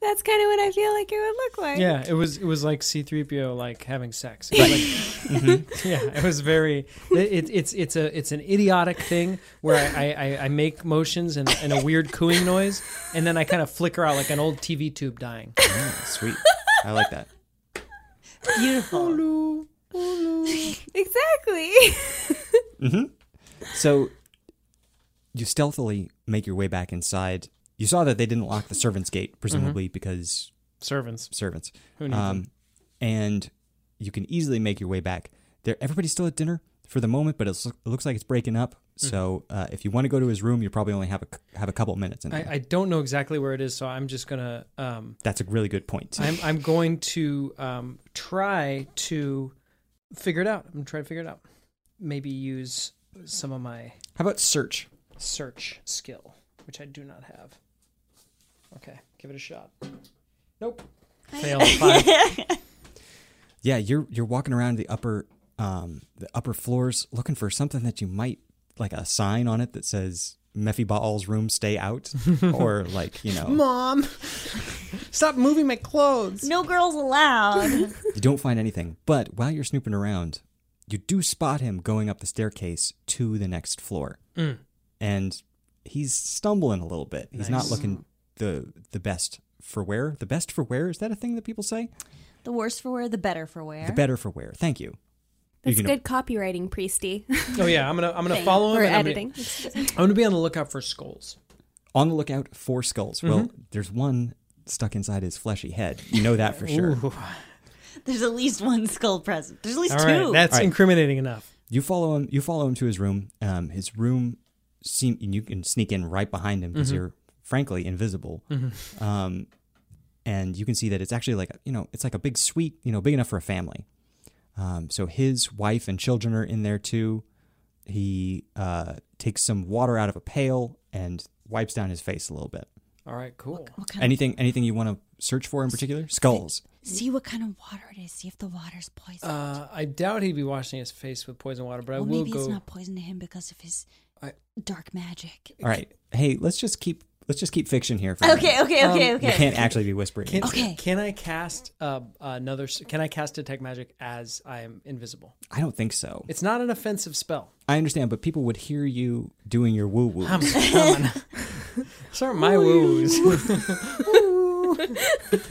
That's kind of what I feel like it would look like.
Yeah, it was it was like C3PO like having sex. It was like- Yeah, it was very it, it's it's a it's an idiotic thing where I, I, I- I make motions and, and a weird cooing noise and then I kind of flicker out like an old TV tube dying.
Oh, sweet. I like that.
Beautiful.
Exactly.
So you stealthily make your way back inside. You saw that they didn't lock the servants' gate, presumably because
Servants.
servants.
Who needs
um, and you can easily make your way back. There, everybody's still at dinner for the moment, but it's, it looks like it's breaking up.
Hmm.
So uh, if you want to go to his room, you probably only have a c- have a couple minutes in there.
I, I don't know exactly where it is, so I'm just gonna um
That's a really good point. too.
I'm I'm going to um try to figure it out. I'm gonna try to figure it out. Maybe use some of my
How about search?
search skill, which I do not have. Okay, give it a shot. Nope. Failed. Five.
Yeah, you're you're walking around the upper um, the upper floors looking for something that you might like a sign on it that says Mephi Baal's room, stay out, or like you know
Mom, stop moving my clothes.
No girls allowed.
You don't find anything, but while you're snooping around, you do spot him going up the staircase to the next floor. And he's stumbling a little bit. He's not looking the the best for wear. The best for wear is that a thing that people say?
The worse for wear, the better for wear.
The better for wear. Thank you.
That's
you can-
good copywriting, Priesty.
Oh yeah, I'm gonna I'm gonna follow him.
or
and I'm gonna-
editing.
I'm gonna be on the lookout for skulls.
On the lookout for skulls. Well, there's one stuck inside his fleshy head. You know that for sure.
There's at least one skull present. There's at least
All
two.
right, that's
All right.
incriminating enough.
You follow him. You follow him to his room. Um, his room seem and you can sneak in right behind him because you're frankly invisible. Um, and you can see that it's actually like a- you know it's like a big suite you know big enough for a family. Um, so his wife and children are in there too. He uh, takes some water out of a pail and wipes down his face a little bit.
All right, cool.
Anything anything you want to search for in particular? Skulls.
See what kind of water it is. See if the water's poison.
Uh, I doubt he'd be washing his face with poison water, but I
well,
will
maybe
go.
it's not poison to him because of his dark magic.
All right. Hey, let's just keep let's just keep fiction here for a minute.
Okay, okay, okay,
You
okay.
can't actually be whispering.
Can,
Okay.
Can I cast uh, another? s- Can I cast detect magic as I am invisible?
I don't think so.
It's not an offensive spell.
I understand, but people would hear you doing your woo woo.
I'm coming. These aren't my woos.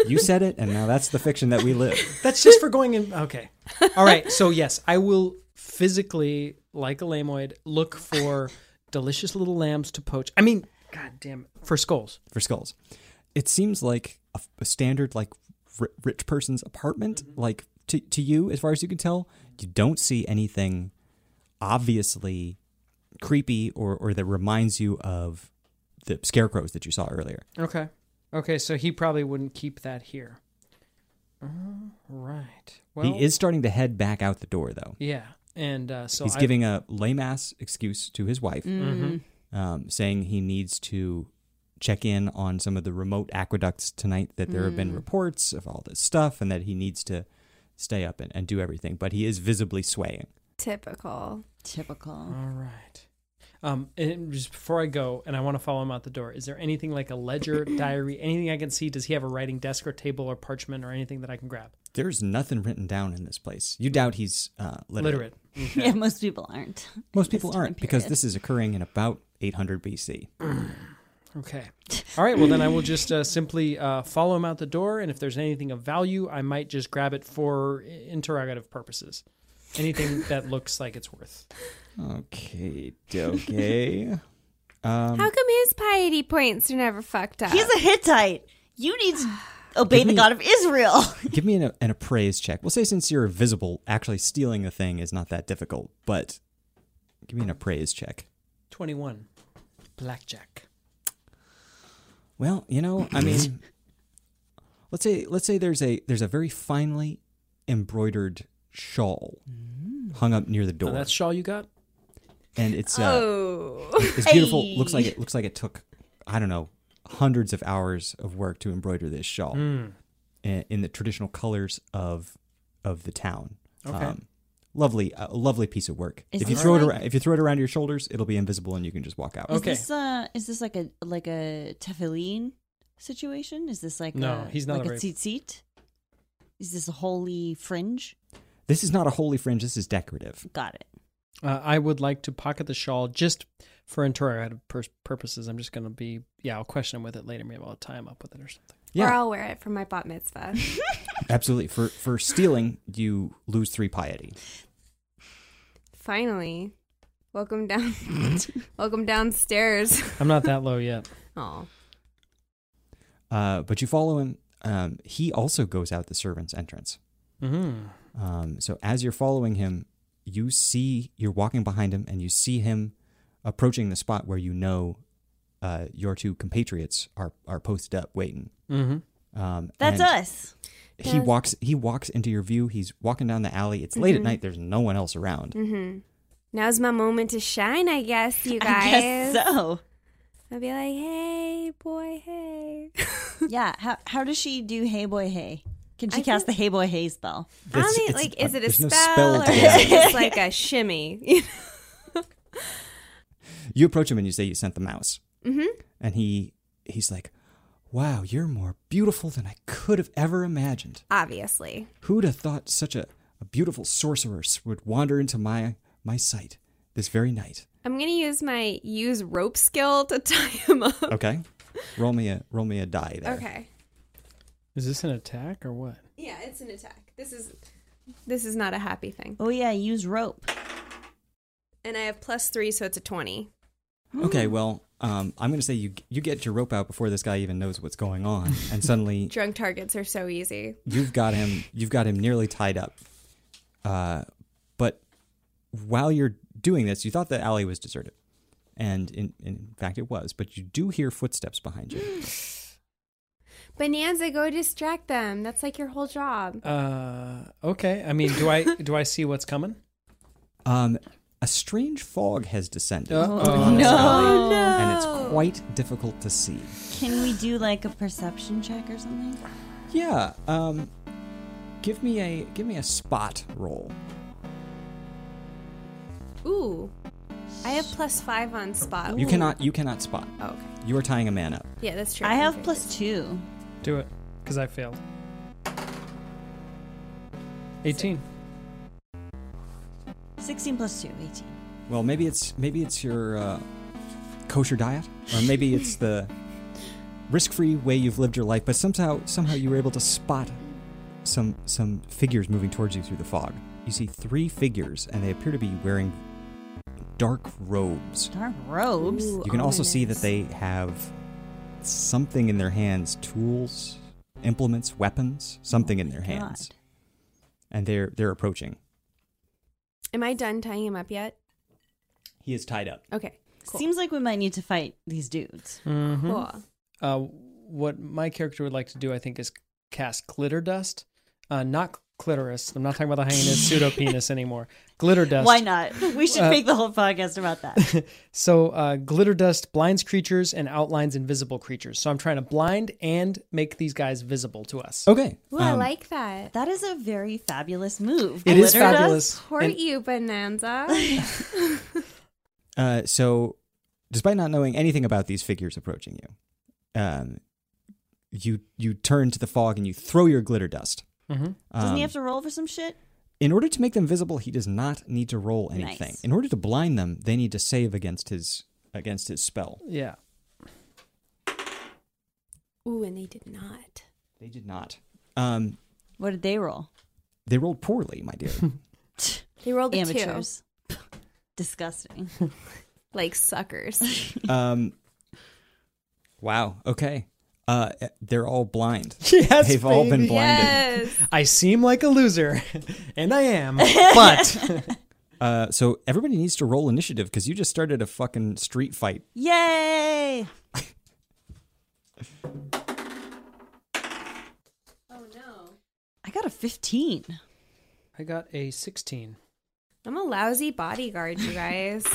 you said it, and now that's the fiction that we live.
That's just for going in. Okay. All right. So yes, I will physically, like a lamoid, look for delicious little lambs to poach. I mean, god damn it, for skulls.
for skulls. It seems like a, a standard like ri rich person's apartment.
Mm-hmm.
Like to to you, as far as you can tell, you don't see anything obviously creepy or or that reminds you of the scarecrows that you saw earlier.
Okay. Okay. So he probably wouldn't keep that here. All right. Well,
he is starting to head back out the door, though.
Yeah. And uh, so
He's
I-
giving a lame ass excuse to his wife,
Mm-hmm.
um, saying he needs to check in on some of the remote aqueducts tonight, that there have
Mm.
been reports of all this stuff, and that he needs to stay up and, and do everything. But he is visibly swaying.
Typical.
Typical.
All right. Um, and just before I go, and I want to follow him out the door. Is there anything like a ledger, diary, anything I can see? Does he have a writing desk or table or parchment or anything that I can grab?
There's nothing written down in this place. You doubt he's uh, literate.
Literate. Okay.
Yeah, most people aren't.
Most people
time
aren't because
period.
this is occurring in about 800 BC.
Okay. All right. Well, then I will just uh, simply uh, follow him out the door, and if there's anything of value, I might just grab it for interrogative purposes. Anything that looks like it's worth.
Okay, okay. um,
How come his piety points are never fucked up?
He's a Hittite. You need to obey
Give
the
me-
god of Israel.
Give me an, an appraise check. We'll say since you're visible, actually stealing the thing is not that difficult, but give me an appraise check.
Twenty-one. Blackjack.
Well, you know, I mean, let's say let's say there's a there's a very finely embroidered shawl hung up near the
Oh,
door,
that's shawl you got.
and it's uh,
oh.
it's beautiful. Looks like it looks like it took I don't know hundreds of hours of work to embroider this shawl
Hmm.
in, in the traditional colors of of the town. Um,
Okay.
lovely, a lovely piece of work.
Is
if you
this
throw it
like-
around, if you throw it around your shoulders, it'll be invisible and you can just walk out.
Oh. Okay.
Is this uh is this like a like a tefillin situation? Is this like
No,
a,
he's not
like
a very-
a, tzitzit? Is this a holy fringe?
This is not a holy fringe. This is decorative.
Got it.
Uh, I would like to pocket the shawl just for interrogative pur- purposes. I'm just going to be, yeah, I'll question him with it later. Maybe I'll tie him up with it or something.
Or
Yeah,
I'll wear it for my bat mitzvah.
absolutely. For for stealing, you lose three piety.
Finally. Welcome down. Welcome downstairs.
I'm not that low yet.
Oh.
Uh, but you follow him. Um, he also goes out the servants' entrance.
Mm.
Um, so as you're following him, you see you're walking behind him, and you see him approaching the spot where you know uh, your two compatriots are are posted up waiting.
hmm
Um,
That's
and
us.
He walks. He walks into your view. He's walking down the alley. It's
Mm-hmm.
late at night. There's no one else around.
Mm-hmm. Now's my moment to shine, I guess, you guys.
I guess so.
I'll be like, hey, boy, hey.
yeah. How how does she do hey boy hey? Can she
I
cast
think-
the hey boy hey spell?
I don't
It's-
think,
it's-
like, is
uh,
it a
there's
spell,
no spell
or
to
is it just like a shimmy?
You approach him and you say you sent the mouse,
mm-hmm.
and he he's like, "Wow, you're more beautiful than I could have ever imagined."
Obviously.
Who'd have thought such a, a beautiful sorceress would wander into my my sight this very night?
I'm going to use my use rope skill to tie him up.
Okay. roll me a roll me a die there.
Okay.
Is this an attack or what?
Yeah, it's an attack. This is this is not a happy thing.
Oh yeah, use rope.
And I have plus three, so it's a twenty.
Okay, well, um, I'm going to say you you get your rope out before this guy even knows what's going on, and suddenly
Drunk targets are so easy.
you've got him you've got him nearly tied up. Uh, but while you're doing this, you thought that alley was deserted, and in in fact it was. But you do hear footsteps behind you.
Bonanza, go distract them. That's like your whole job.
Uh, okay. I mean, do I do I see what's coming?
Um, a strange fog has descended,
Uh-oh.
No.
and it's quite difficult to see.
Can we do like a perception check or something?
Yeah. Um, give me a give me a spot roll.
Ooh, I have plus five on spot.
You cannot you cannot spot.
Oh, okay.
You are tying a man up.
Yeah, that's true.
I have
Okay.
plus two.
Do it, because I failed. Eighteen.
16 plus 2, 18.
Well, maybe it's maybe it's your uh, kosher diet, or maybe it's the risk-free way you've lived your life. But somehow somehow you were able to spot some some figures moving towards you through the fog. You see three figures, and they appear to be wearing dark robes.
Darn robes.
Ooh,
You can also see that
ominous.
they have something in their hands tools, implements, weapons, something
Oh
in
my
their hands.
God.
And they're they're approaching.
Am I done tying him up yet?
He is tied up.
Okay. Cool.
Seems like we might need to fight these dudes.
cool.
Uh, what my character would like to do, I think, is cast glitter dust. Uh, not clitoris. I'm not talking about the hanging pseudo penis anymore. Glitter dust.
Why not? We
Uh,
should make the whole podcast about that.
So uh, glitter dust blinds creatures and outlines invisible creatures. So I'm trying to blind and make these guys visible to us.
Okay.
Ooh, I
um,
like that.
That is a very fabulous move.
It is
Glitter dust?
fabulous.
Poor
And-
you, Bonanza.
Uh, so, despite not knowing anything about these figures approaching you, um, you you turn to the fog and you throw your glitter dust.
Mhm.
Doesn't
Um,
he have to roll for some shit?
in order to make them visible, he does not need to roll anything.
Nice.
In order to blind them, they need to save against his against his spell.
Yeah.
Ooh, and they did not.
They did not. Um,
What did they roll?
they rolled poorly, my dear.
They rolled a two.
Amateurs. Disgusting.
Like suckers.
um, wow. Okay. Uh, they're all blind.
Yes,
They've all been
baby.
blinded.
I seem like a loser, and I am. But
Uh, so everybody needs to roll initiative because you just started a fucking street fight.
Yay!
oh no.
I got a 15.
I got a 16.
I'm a lousy bodyguard, you guys.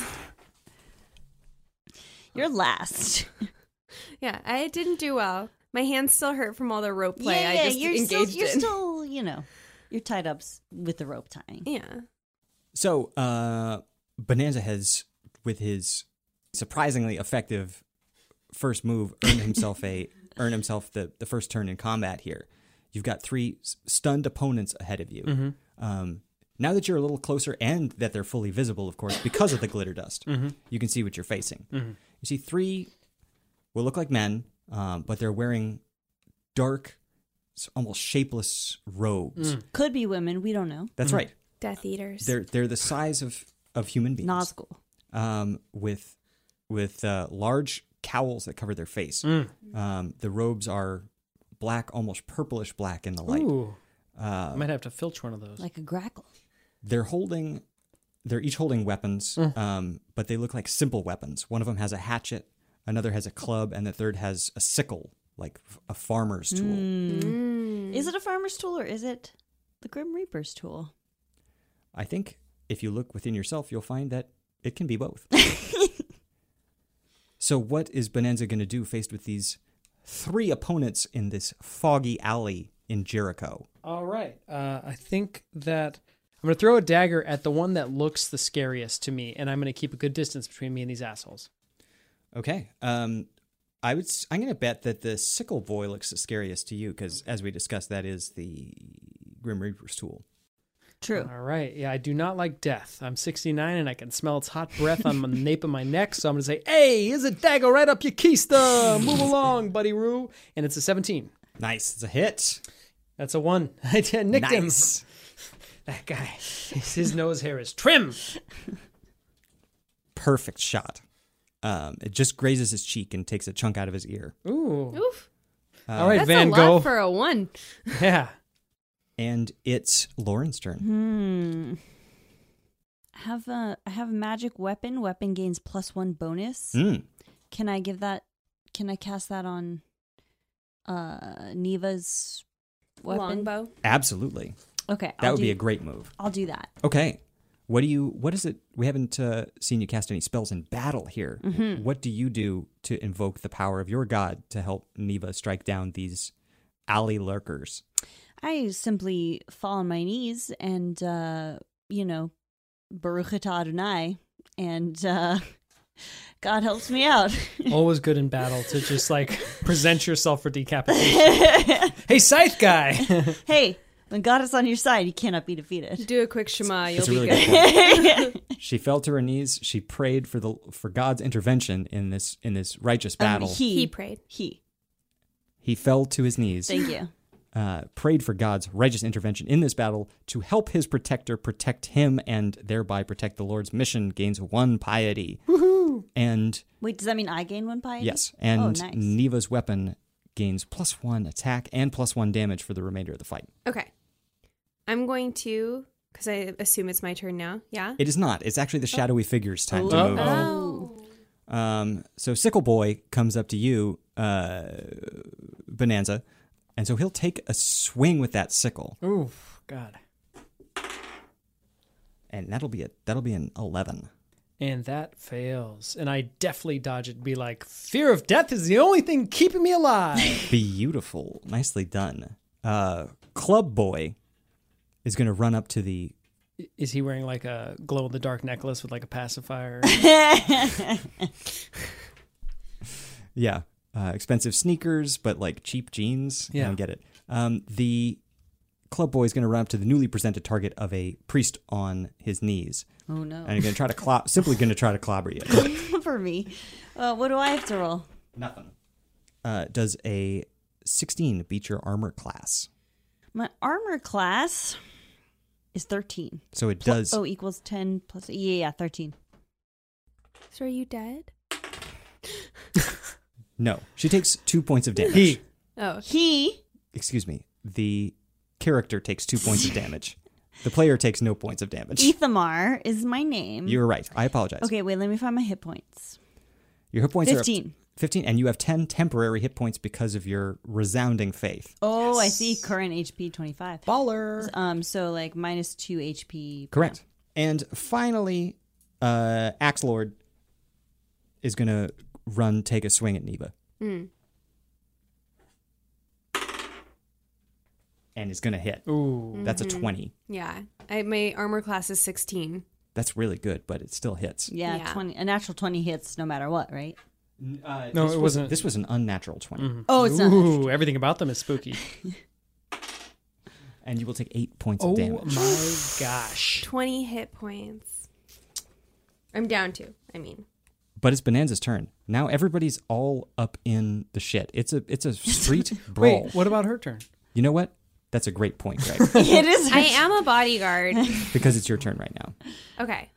You're last.
yeah, I didn't do well. My hands still hurt from all the rope play
yeah,
I
yeah,
just
you're
engaged
still, you're
in.
still, you know, you're tied up s- with the rope tying.
yeah.
So uh, Bonanza has, with his surprisingly effective first move, earned himself a earned himself the, the first turn in combat here. You've got three s- stunned opponents ahead of you. Um, now that you're a little closer and that they're fully visible, of course, because of the glitter dust, you can see what you're facing. You see three will look like men, um, but they're wearing dark, s- almost shapeless robes.
Could be women, we don't know.
That's right.
Death Eaters.
They're they're the size of of human beings.
Nazgul.
Um, with with uh, large cowls that cover their face. Um, the robes are black, almost purplish black in the light.
Ooh, I
Uh,
might have to filch one of those.
Like a grackle.
they're holding. They're each holding weapons, um, but they look like simple weapons. One of them has a hatchet, another has a club, and the third has a sickle, like f- a farmer's tool.
Mm.
Is it a farmer's tool or is it the Grim Reaper's tool?
I think if you look within yourself, you'll find that it can be both. so, what is Bonanza going to do faced with these three opponents in this foggy alley in Jericho?
All right. Uh, I think that I'm going to throw a dagger at the one that looks the scariest to me, and I'm going to keep a good distance between me and these assholes.
Okay. Um, I would. s- I'm going to bet that the sickle boy looks the scariest to you because, as we discussed, that is the Grim Reaper's tool.
True.
Uh,
All right. Yeah, I do not like death. I'm 69 and I can smell its hot breath on the nape of my neck. So I'm going to say, hey, is a dagger right up your keister. Move along, buddy Roo. And it's a 17.
Nice. It's a hit.
That's a one. I nicked him.
Nice.
That guy. His nose hair is trim.
Perfect shot. Um, it just grazes his cheek and takes a chunk out of his ear. Um,
Ooh.
Oof.
All right,
That's
Van
a lot
Gogh.
for a one.
yeah.
And it's Lauren's turn.
Mm-hmm.
Hmm. Have a I have a magic weapon. Weapon gains plus one bonus.
Mm.
Can I give that? Can I cast that on uh Neva's weapon?
Longbow.
Absolutely.
Okay,
That
I'll
would
do,
be a great move.
I'll do that.
Okay. What do you? What is it? We haven't uh, seen you cast any spells in battle here. What do you do to invoke the power of your god to help Neva strike down these alley lurkers?
I simply fall on my knees and uh, you know, Baruch atah Adonai, and uh, God helps me out.
Always good in battle to just like present yourself for decapitation. hey, scythe guy.
hey, when God is on your side, you cannot be defeated.
Do a quick shema. You'll
It's a
be
really
good.
good point. she fell to her knees. She prayed for the for God's intervention in this in this righteous
Um,
battle. he,
he,
He prayed.
He.
fell to his knees.
Thank you.
uh, prayed for God's righteous intervention in this battle to help his protector protect him and thereby protect the Lord's mission. Gains one piety. Woohoo! And
Wait, does that mean I gain one piety?
Yes, and
oh, nice.
Neva's weapon gains plus one attack and plus one damage for the remainder of the fight.
Okay. I'm going to, because I assume it's my turn now. Yeah.
It is not. It's actually the
Oh.
shadowy figure's time to
Oh.
move.
Oh.
Um, so Sickle Boy comes up to you, uh, Bonanza, and so he'll take a swing with that sickle,
Ooh, God.
and that'll be a that'll be an eleven.
And that fails. And I deftly dodge it and be like, fear of death is the only thing keeping me alive.
Beautiful, nicely done. Uh, Club Boy is going to run up to the
is he wearing like a glow in the dark necklace with like a pacifier?
Yeah. Uh, expensive sneakers, but like cheap jeans. I
Yeah.
don't get it. Um, the club boy is going to run up to the newly presented target of a priest on his knees.
Oh no.
And he's going to try to clo- simply going to try to clobber you.
For me. Uh, what do I have to roll?
Nothing. Uh, does a 16 beat your armor class?
My armor class is 13.
So it
Pl-
does.
Oh, equals 10 plus. Yeah, yeah, 13.
So are you dead?
No. She takes two points of damage.
he.
Oh.
He.
Excuse me. The character takes two points of damage. The player takes no points of damage.
Ethamar is my name.
You were right. I apologize.
Okay, wait, let me find my hit points.
Your hit points are up to-
15.
15 and you have 10 temporary hit points because of your resounding faith
Oh, I see. Current HP 25.
Baller.
Um, so like minus 2 HP.
correct and finally uh axe lord is gonna run take a swing at neva
Hmm.
and is gonna hit
Ooh.
that's a
Mm-hmm.
20
Yeah. I, my armor class is 16.
that's really good but it still hits
Yeah,
Yeah.
20. A natural 20 hits no matter what, right?
No,
this
it
was-
wasn't. Mm-hmm.
this was an unnatural 20
Oh, it's not.
Ooh, everything about them is spooky.
and you will take eight points
oh
of damage
my gosh.
20 hit points. I'm down to, I mean.
but it's bonanza's turn now everybody's all up in the shit it's a it's a street brawl
Wait, what about her turn?
You know what? That's a great point, Greg,
it is.
I am a bodyguard.
because it's your turn right now.
Okay.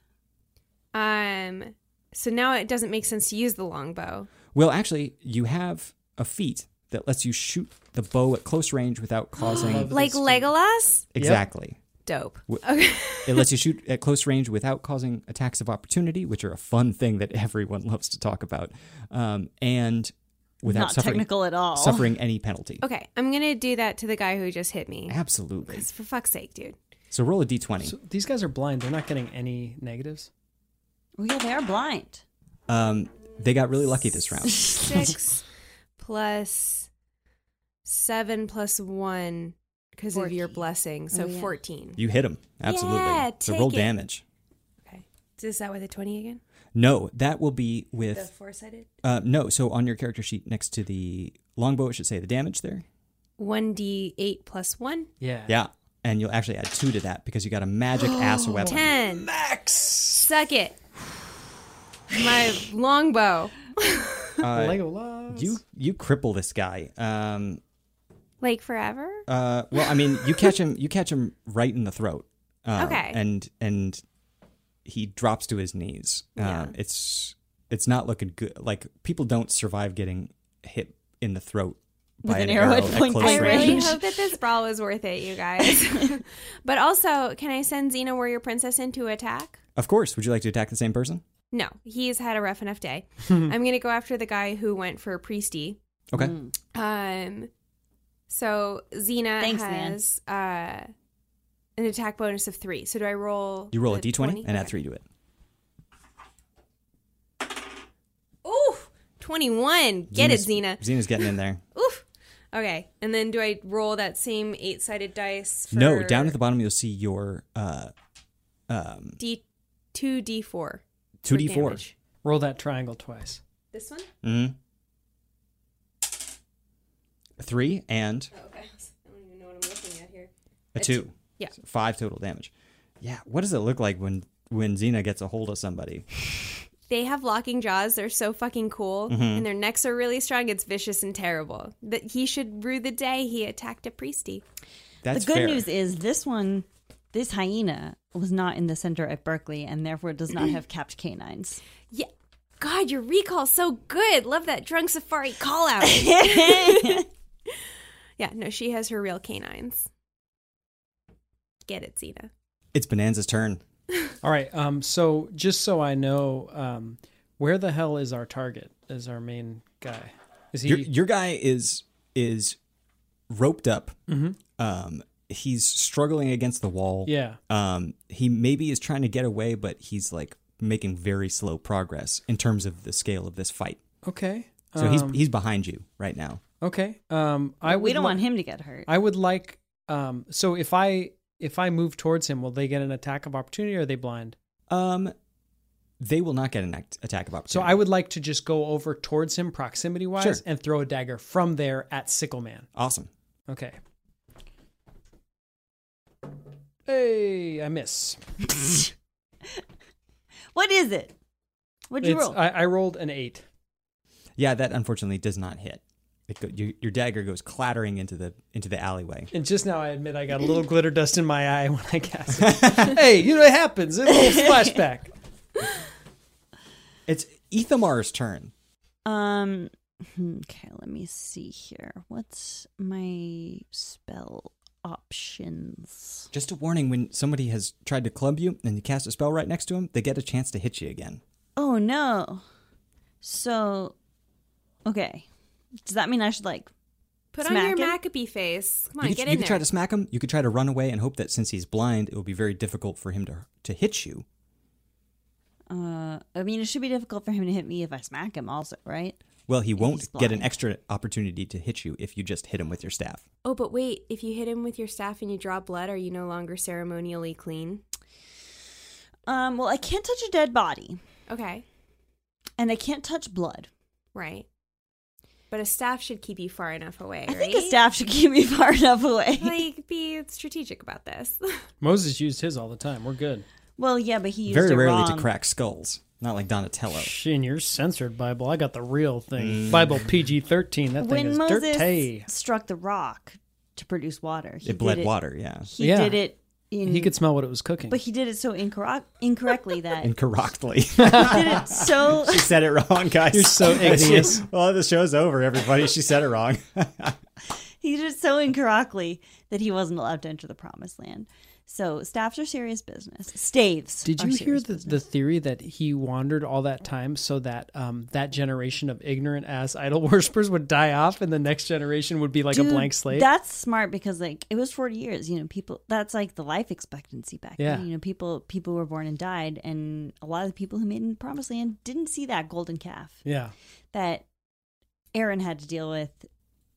Um. So now it doesn't make sense to use the longbow.
Well, actually, you have a feat that lets you shoot the bow at close range without causing.
Like Legolas?
exactly.
Dope.
W- it lets you shoot at close range without causing attacks of opportunity, which are a fun thing that everyone loves to talk about, um, and without
Not
suffering,
technical at all.
suffering any penalty.
Okay, I'm gonna do that to the guy who just hit me.
Absolutely.
'Cause for fuck's sake, dude.
So roll a d20.
So these guys are blind. They're not getting any negatives.
Well, yeah, they are blind.
Um, they got really lucky this round.
Six plus seven plus one because of your blessing. So
Oh, yeah.
fourteen.
You hit them. Absolutely.
Yeah,
so
take
roll
it.
damage.
Okay. Is that with a twenty again?
No, that will be with.
The four sided.
Uh, no, so on your character sheet next to the longbow, it should say the damage there.
One d eight plus one.
Yeah.
Yeah. And you'll actually add two to that because you got a magic ass weapon.
Ten. Max. Suck it. My longbow.
Uh,
Legolas.
you you cripple this guy. Um,
Like forever?
Uh, well, I mean, you catch him. You catch him right in the throat. Um,
Okay.
And and he drops to his knees.
Yeah.
Um, it's it's not looking good. Like people don't survive getting hit in the throat
With
by
an arrow at point
close
I
blank
range.
really
range.
hope that this brawl was worth it, you guys. but also, can I send Xena Warrior Princess into attack?
Of course. Would you like to attack the same person?
No, he's had a rough enough day. I'm going to go after the guy who went for Priesty.
Okay.
Um, so Xena
Thanks, man.
has uh, an attack bonus of three. So do I roll?
You roll a
the
d twenty
20?
and add
Okay.
three to it.
Ooh, 21. Get
Xena's-
it, Xena.
Xena's getting in there.
Oof. Okay, and then do I roll that same eight-sided dice? For
No, down at the bottom you'll see your uh um
D two D four.
two d four.
damage.
Roll that triangle twice.
This one.
Mm. Three and
Oh, okay. I don't even know what I'm looking at here.
a
A
two.
yeah.
Five total damage. Yeah. What does it look like when when Xena gets a hold of somebody?
They have locking jaws. They're so fucking cool,
Mm-hmm.
and their necks are really strong. It's vicious and terrible. But he should rue the day he attacked a priestie.
That's
the good
fair.
news is this one, this hyena, was not in the center at Berkeley and therefore does not have capped canines.
Yeah. God, your recall's so good. Love that drunk safari call out. yeah, no, she has her real canines. Get it, Zeta.
It's Bonanza's turn.
All right. Um. So just so I know, um, where the hell is our target? Is our main guy? Is he?
Your, your guy is is roped up. Um, he's struggling against the wall.
Mm-hmm. yeah.
Um, he maybe is trying to get away, but he's like making very slow progress in terms of the scale of this fight.
Okay.
So he's
um,
he's behind you right now.
okay. Um. I
we
would
don't
li-
want him to get hurt.
I would like. Um. So if I if I move towards him, will they get an attack of opportunity? or Are they blind?
Um, they will not get an act- attack of opportunity.
So I would like to just go over towards him, proximity wise,
Sure.
and throw a dagger from there at Sickle Man.
awesome.
Okay. Hey, I miss.
what is it? What'd you
It's-
roll?
I, I rolled an eight.
Yeah, that unfortunately does not hit. It go, your, your dagger goes clattering into the into the alleyway.
And just now, I admit I got a little glitter dust in my eye when I cast it. hey, you know it happens. It's a little splashback.
It's Ethamar's turn.
Um. Okay, let me see here. What's my spell options?
Just a warning: when somebody has tried to club you and you cast a spell right next to them, they get a chance to hit you again.
Oh no. So, okay. Does that mean I should like?
Put
Smack
on your
him?
Maccabee face. Come on,
you could,
get
you
in
could
there.
try to smack him. You could try to run away and hope that since he's blind, it will be very difficult for him to to hit you.
Uh, I mean, it should be difficult for him to hit me if I smack him, also, right?
Well, he
he's
won't get an
blind.
extra opportunity to hit you if you just hit him with your staff.
oh, but wait. If you hit him with your staff and you draw blood, are you no longer ceremonially clean?
Um. Well, I can't touch a dead body,
Okay,
and I can't touch blood.
right. But a staff should keep you far enough away.
I think a
right?
staff should keep me far enough away.
Like, be strategic about this.
Moses used his all the time. We're good.
well, yeah, but he used
Very
it
rarely
wrong.
to crack skulls, not like Donatello.
Shin, you're censored, Bible. I got the real thing. Bible PG 13. That thing
When
is
Moses
dirty.
struck the rock to produce water, he
It bled
did
water. Yeah,
He
Yeah.
did it in
He could smell what it was cooking.
But he did it so incorrect, incorrectly that he
incorrectly.
did it so.
She said it wrong, guys.
You're so igneous.
well, the show's over, everybody. She said it wrong.
He did it so incorrectly that he wasn't allowed to enter the promised land. So staffs are serious business. Staves.
Did
are
you hear
serious
the, the
business.
theory that he wandered all that time so that um, that generation of ignorant ass idol worshippers would die off and the next generation would be like a
Dude,
blank slate?
That's smart because like it was forty years. You know, people. That's like the life expectancy back
Yeah.
then. You know, people people were born and died, and a lot of the people who made it in the promised land didn't see that golden calf
yeah.
that Aaron had to deal with.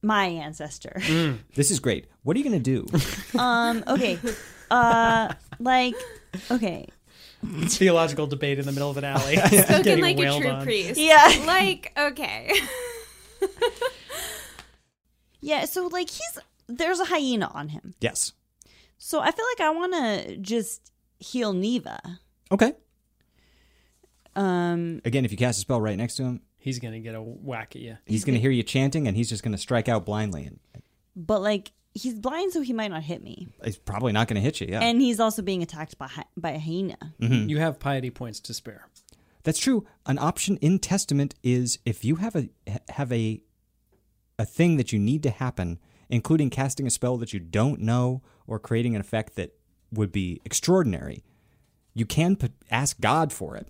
My ancestor.
Mm.
This is great. What are you going to do?
um. Okay. Uh. Like. Okay.
It's theological debate in the middle of an alley.
Spoken
Getting
like a
wailed
true
on.
priest.
Yeah.
Like, okay.
Yeah, so like he's there's a hyena on him.
yes.
So I feel like I want to just heal Neva.
Okay.
Um
Again, if you cast a spell right next to him,
He's going to get a whack at you.
he's going to hear you chanting and he's just going to strike out blindly. And
but like he's blind, so he might not hit me.
He's probably not going to hit you. Yeah,
And he's also being attacked by hy- by a hyena.
You have piety points to spare.
that's true. An option in testament is if you have a have a a thing that you need to happen, including casting a spell that you don't know or creating an effect that would be extraordinary. You can p- ask God for it.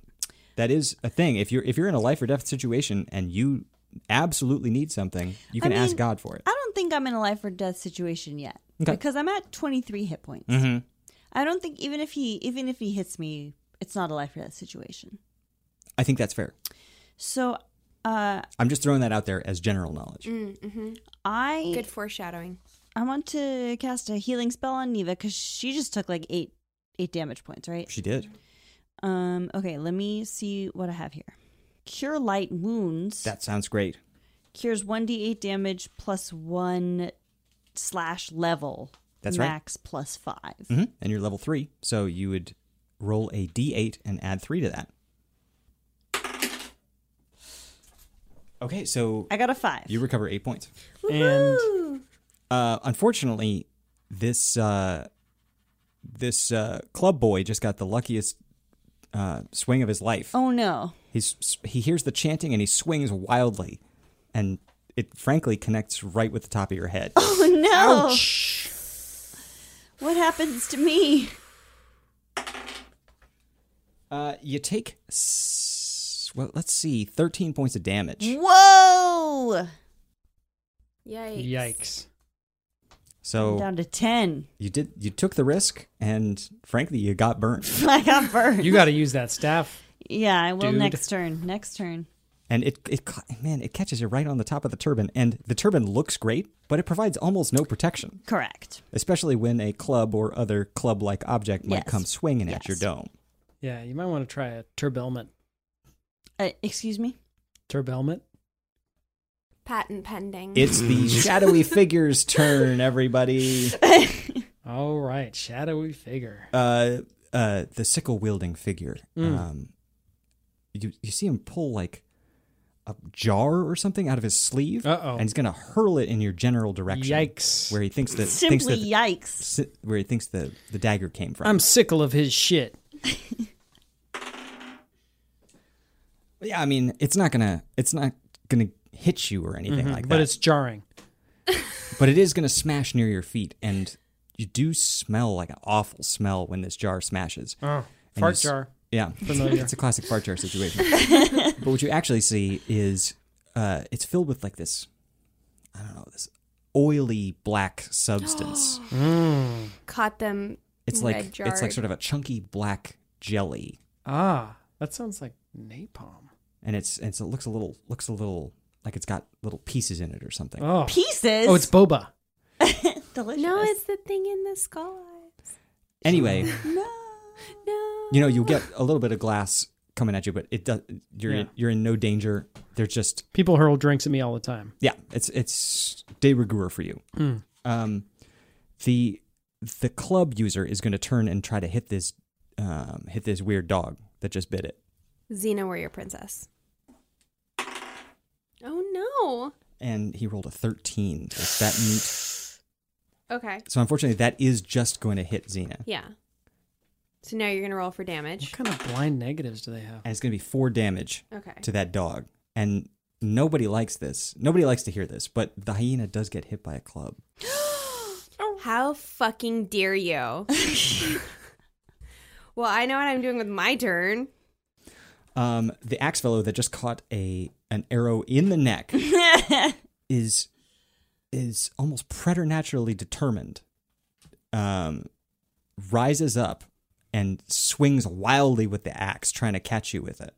That is a thing. If you're if you're in a life or death situation and you absolutely need something, you
I
can ask
mean,
God for it.
I don't think I'm in a life or death situation yet
Okay. Mm-hmm.
because I'm at 23 hit points. I don't think even if he even if he hits me, it's not a life or death situation.
I think that's fair.
So uh,
I'm just throwing that out there as general knowledge.
Mm. I
Good foreshadowing.
I want to cast a healing spell on Neva because she just took like eight eight damage points, right?
She did.
Um. Okay. Let me see what I have here. Cure light wounds
That sounds great.
cures one d8 damage plus one slash level.
That's right.
max plus five.
hmm And you're level three, so you would roll a d8 and add three to that. Okay, so
I got a five.
you recover eight points.
And
Uh, unfortunately, this uh, this uh, club boy just got the luckiest uh, swing of his life.
oh no!
He's he hears the chanting and he swings wildly, and it frankly connects right with the top of your head.
Oh no! What happens to me?
Uh, you take s- well, let's see, thirteen points of damage.
Mm-hmm. Whoa!
Yikes.
yikes.
So
Down to ten.
you did you took the risk and frankly you got burnt
I got burned.
You got to use that staff.
yeah, I will
Dude.
next turn. Next turn.
and it it ca- man it catches you right on the top of the turban and the turban looks great but it provides almost no protection
Correct.
especially when a club or other club like object might
Yes.
come swinging at your
Yes.
dome
Yeah, you might want to try a turbelmet.
Uh, excuse me.
Turbelmet?
Patent pending.
it's the shadowy figure's turn everybody
All right, shadowy figure.
uh uh the sickle wielding figure um you you see him pull like a jar or something out of his sleeve
Uh-oh.
and he's gonna hurl it in your general direction
Yikes.
where he thinks that thinks
Simply
that
yikes.
si- where he thinks the, the dagger came from.
I'm sickle of his shit.
yeah, I mean, it's not gonna it's not gonna hit you or anything like that.
Mm-hmm. But it's jarring.
but it is gonna smash near your feet, and you do smell like an awful smell when this jar smashes.
Oh,
And you
fart
s-
jar.
Yeah,
Familiar.
it's a classic fart jar situation. but what you actually see is uh, it's filled with like this, I don't know, this oily black substance.
Caught them.
it's like
red
it's like
jarred.
sort of a chunky black jelly,
Ah, that sounds like napalm.
and it's, it's it looks a little looks a little like it's got little pieces in it or something.
Oh,
Pieces.
oh, it's boba.
delicious.
No, it's the thing in the skull. eyes.
Anyway,
No.
you know you'll get a little bit of glass coming at you, but it does. You're
Yeah.
you're in no danger. They're just
People hurl drinks at me all the time.
yeah. It's it's de rigueur for you.
Hmm.
Um, the the club user is going to turn and try to hit this um, hit this weird dog that just bit it,
Xena Warrior Princess. Oh
and he rolled a thirteen. Like that meat.
no. Okay.
So unfortunately, that is just going to hit Xena,
Yeah. So now you're gonna roll for
What
damage.
kind of blind negatives do they have?
and it's going to be four damage
Okay.
to that dog. And nobody likes this. Nobody likes to hear this, but the hyena does get hit by a club.
How fucking dare you? well, I know what I'm doing with my turn.
um, the axe fellow that just caught a an arrow in the neck is is almost preternaturally determined. Um, rises up and swings wildly with the axe, trying to catch you with it,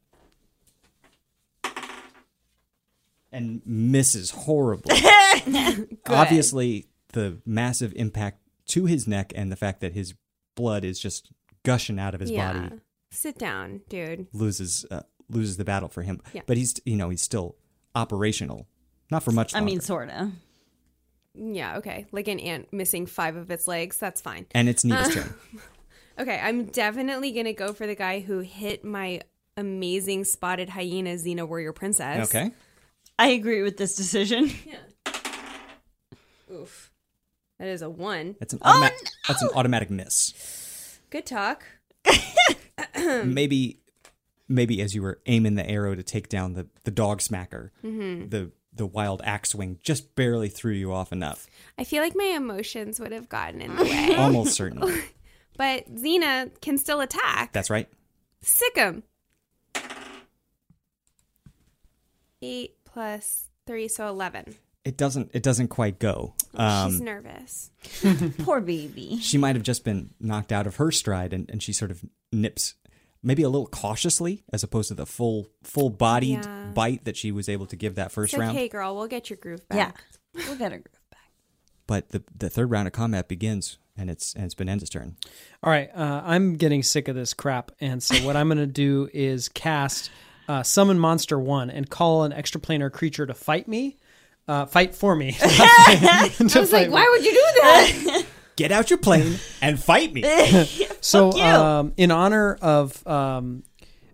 and misses horribly. Obviously, the massive impact to his neck and the fact that his blood is just gushing out of his body
Sit down, dude.
loses uh, loses the battle for him.
Yeah.
But he's you know he's still operational, not for much
I
longer.
mean, sorta.
Yeah, okay. Like an ant missing five of its legs. That's fine.
and it's Neva's turn.
Okay, I'm definitely gonna go for the guy who hit my amazing spotted hyena Xena Warrior Princess.
Okay,
I agree with this decision.
Oof. That is a one.
That's an
Oh,
automa- that's an automatic miss.
Good talk.
Hmm.
maybe maybe as you were aiming the arrow to take down the the dog smacker,
Mm-hmm.
the the wild axe swing just barely threw you off enough,
I feel like my emotions would have gotten in the way.
almost certainly.
But Xena can still attack.
That's right.
Sick him. Eight plus three, so 11.
It doesn't it doesn't quite go.
She's
Um,
nervous.
Poor baby.
she might have just been knocked out of her stride, and, and she sort of nips. Maybe a little cautiously, as opposed to the full full bodied
Yeah.
bite that she was able to give that first
It's
round.
okay, girl. We'll get your groove back.
Yeah. We'll get her groove back.
But the the third round of combat begins, and it's and it's Benenda's turn.
All right, uh, I'm getting sick of this crap, and so what I'm going to do is cast uh, summon monster one and call an extraplanar creature to fight me, uh, fight for me. I was like, why
would you do that?
Get out your plane and fight me.
So, um, in honor of um,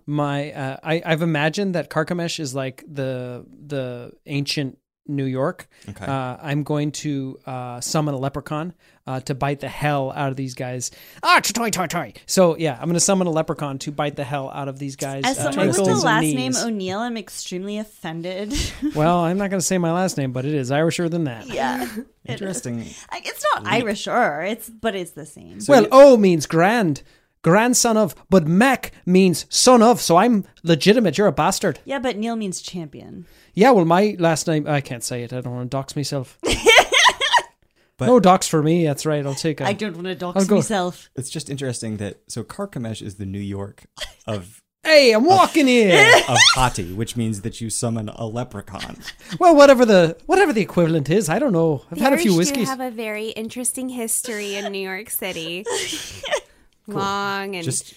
my, uh, I, I've imagined that Carchemish is like the the ancient New York.
Okay.
Uh, I'm going to uh, summon a leprechaun uh, to bite the hell out of these guys. Ah, toy, toy, toy. So yeah, I'm going to summon a leprechaun to bite the hell out of these guys.
As
uh,
someone with the
ankles and
last name
knees.
O'Neill, I'm extremely offended.
well, I'm not going to say my last name, but it is Irisher than that.
yeah.
Interesting.
Like, It's not Irish or it's but it's the same.
well, O means grand, grandson of, but Mac means son of. So I'm legitimate. You're a bastard.
Yeah, but Neil means champion.
Yeah, well, my last name, I can't say it. I don't want to dox myself.
But-
no dox for me. That's right. I'll take a.
I don't want to dox
I'll go-
myself.
It's just interesting that so Carchemish is the New York of
hey, I'm walking here.
of Hati, which means that you summon a leprechaun.
well, whatever the whatever the equivalent is, I don't know. I've
The
had a few
Irish
whiskeys.
do have a very interesting history in New York City. Long and
Just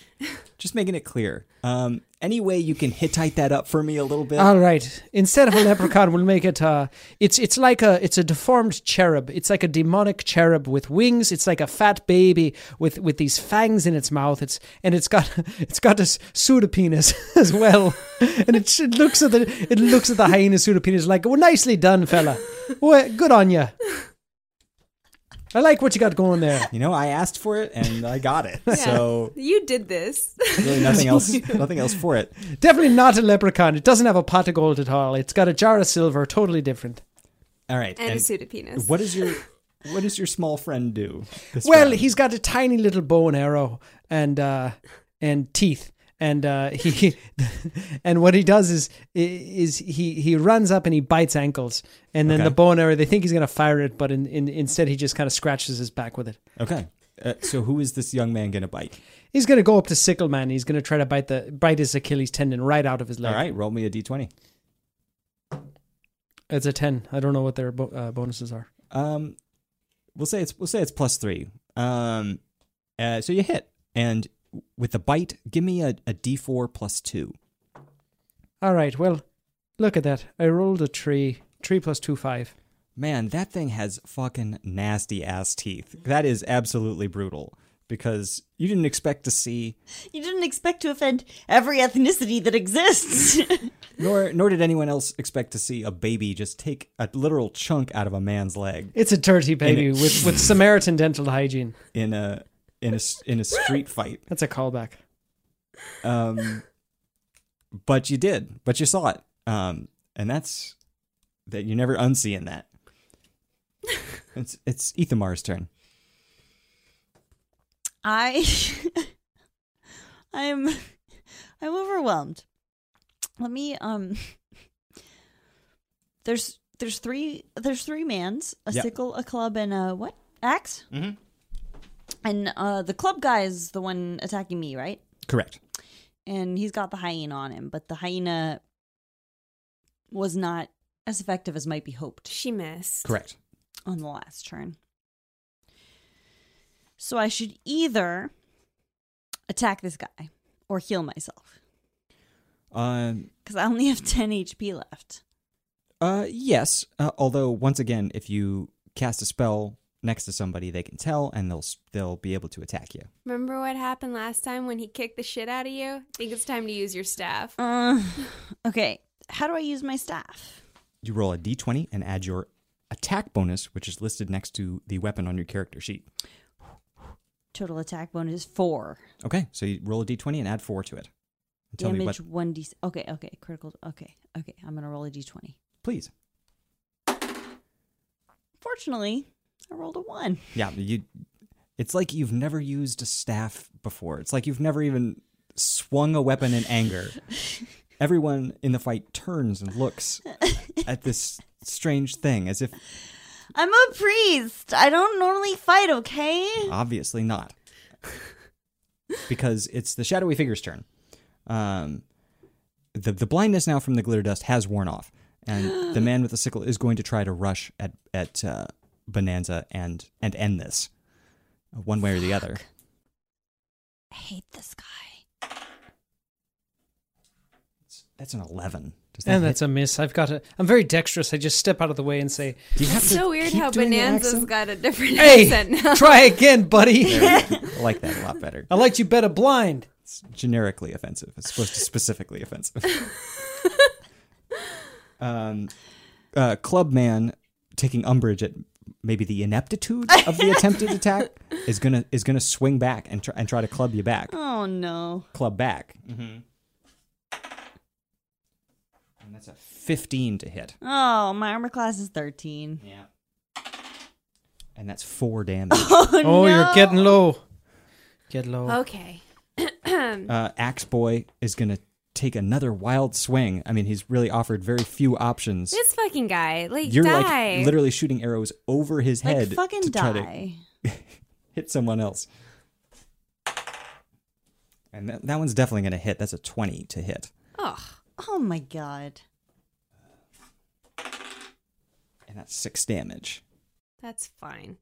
just making it clear. Um, any way you can Hittite that up for me a little bit?
All right. Instead of a leprechaun, we'll make it. Uh, it's it's like a it's a deformed cherub. It's like a demonic cherub with wings. It's like a fat baby with with these fangs in its mouth. It's and it's got it's got a s- pseudopenis as well. And it, it looks at the it looks at the hyena pseudopenis like, well, nicely done, fella. Well, good on you. I like what you got going there.
you know, I asked for it and I got it. So
you did this.
really nothing else nothing else for it.
Definitely not a leprechaun. It doesn't have a pot of gold at all. It's got a jar of silver. Totally different.
All right.
And, a pseudopenis.
what is your what does your small friend do? this
Well,
round?
he's got a tiny little bow and arrow and uh, and teeth. And uh, he and what he does is is he he runs up and he bites ankles, and then
Okay.
the bow and arrow. They think he's gonna fire it, but in, in, instead he just kind of scratches his back with it.
Okay. Uh, so who is this young man gonna bite?
He's gonna go up to Sickle Man. And he's gonna try to bite the bite his Achilles tendon right out of his leg.
All right, roll me a D twenty.
It's a ten. I don't know what their bo- uh, bonuses are.
Um, we'll say it's we'll say it's plus three. Um, uh, so you hit, and with the bite, give me a, a D four plus two.
All right. Well, look at that. I rolled a tree. Three plus two five.
Man, that thing has fucking nasty ass teeth. That is absolutely brutal because you didn't expect to see,
You didn't expect to offend every ethnicity that exists.
nor nor did anyone else expect to see a baby just take a literal chunk out of a man's leg
It's a dirty baby
it-
with with Samaritan dental hygiene.
in a in a s- in a street fight.
That's a callback.
Um, but you did, but you saw it. Um, and that's that you're never unseeing that. It's it's Ethamar's turn.
I I'm I'm overwhelmed. Let me um There's there's three there's three mans, a
Yep.
sickle, a club and a what? Axe? Mm-hmm. And uh the club guy is the one attacking me, right?
Correct.
And he's got the hyena on him, but the hyena was not as effective as might be hoped
she missed.
Correct.
on the last turn. So I should either attack this guy or heal myself
Um.
because I only have 10 HP left.
Uh. Yes. Uh, although once again, if you cast a spell next to somebody, they can tell, and they'll s- they'll be able to attack you.
Remember what happened last time when he kicked the shit out of you? I think it's time to use your staff.
Oh,
Uh, okay, how do I use my staff?
You roll a d20 and add your attack bonus, which is listed next to the weapon on your character sheet.
Total attack bonus is four.
Okay, so you roll a d20 and add four to it. And tell me what.
Damage one d. Okay, okay, critical. Okay, okay. I'm gonna roll a d twenty.
Please.
Fortunately, I rolled a one.
Yeah, you. It's like you've never used a staff before. It's like you've never even swung a weapon in anger. Everyone in the fight turns and looks at this strange thing as if
I'm a priest. I don't normally fight. Okay.
obviously not because it's the shadowy figure's turn um the the blindness now from the glitter dust has worn off and the man with the sickle is going to try to rush at at uh, bonanza and and end this uh, one way or the other
I hate this guy.
that's an 11 Does
And
hit?
that's a miss. I've got a. I'm very dexterous. I just step out of the way and say,
Do you have to
so weird
keep
how
doing the
Bonanza's
accent?
got a different accent
"Hey,
now.
try again, buddy.
I like that a lot better
I liked you better blind."
It's generically offensive. It's supposed to specifically offensive. um, uh, Clubman taking umbrage at maybe the ineptitude of the attempted attack is gonna is gonna swing back and try and try to club you back,
Oh no.
club back. Mm-hmm. And that's a fifteen to hit,
Oh, my armor class is thirteen.
and that's four damage.
Oh,
Oh,
no.
you're getting low. Get low.
Okay.
uh, Axe Boy is gonna take another wild swing. I mean, he's really offered very few options.
This fucking guy, like,
You're
die.
like literally shooting arrows over his head
like fucking
to try to
die.
hit someone else. And that, that one's definitely going to hit. That's a 20 to hit.
Ugh.
Oh my god.
And that's 6 damage.
That's fine.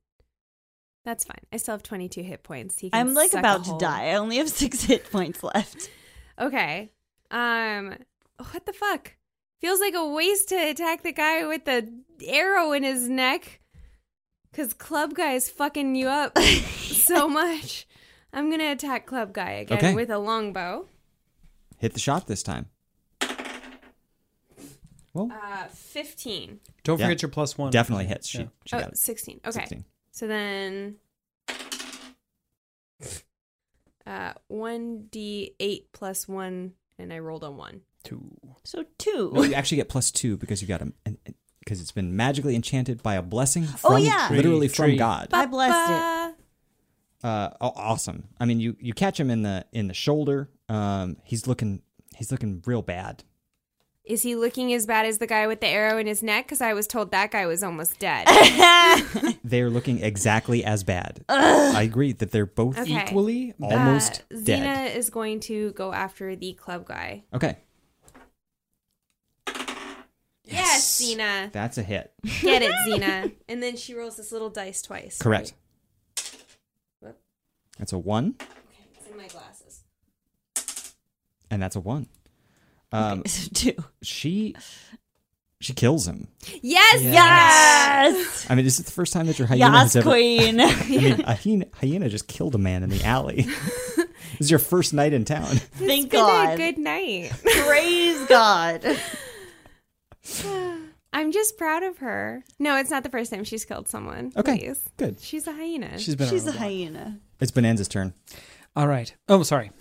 That's fine. I still have 22 hit points. He can
I'm like
suck a
about to
hole.
die. I only have six hit points left.
Okay. Um, what the fuck? Feels like a waste to attack the guy with the arrow in his neck. Cause club guy is fucking you up so much. I'm gonna attack club guy again
Okay.
with a longbow.
Hit the shot this time. Well,
Uh, 15.
Don't
Yeah.
forget your plus one.
definitely hits. She,
Yeah.
she
Oh,
got it.
16. Okay.
16.
So then uh 1d8 plus 1 and I rolled a 1.
Two.
So two.
No, you actually get plus 2 because you got a because it's been magically enchanted by a blessing
Oh,
from
yeah. Tree,
literally
tree.
from God.
I blessed it.
Ba-ba.
uh, aw- awesome. I mean, you you catch him in the in the shoulder. Um, he's looking he's looking real bad.
Is he looking as bad as the guy with the arrow in his neck? Because I was told that guy was almost dead.
They are looking exactly as bad. I agree that they're both
Okay.
Equally
almost
uh,
dead.
Xena is going to go after the club guy.
Okay,
Yes, Xena.
that's a hit.
Get it, Xena. And then she rolls this little dice twice.
Correct.
Whoop.
That's a one,
Okay, it's in my glasses.
and that's a one. Um,
So two.
she she kills him.
Yes!
Yes.
I mean, is it the first time that your hyena
Yes,
has ever?
queen.
I mean, a hyena, hyena just killed a man in the alley. this is your first night in town.
It's
Thank
been
God.
a good night.
Praise God.
I'm just proud of her. No, it's not the first time she's killed someone.
Okay,
Please.
good.
She's a hyena.
She's been.
She's a
around while.
hyena.
It's Bonanza's turn.
All right. Oh, sorry.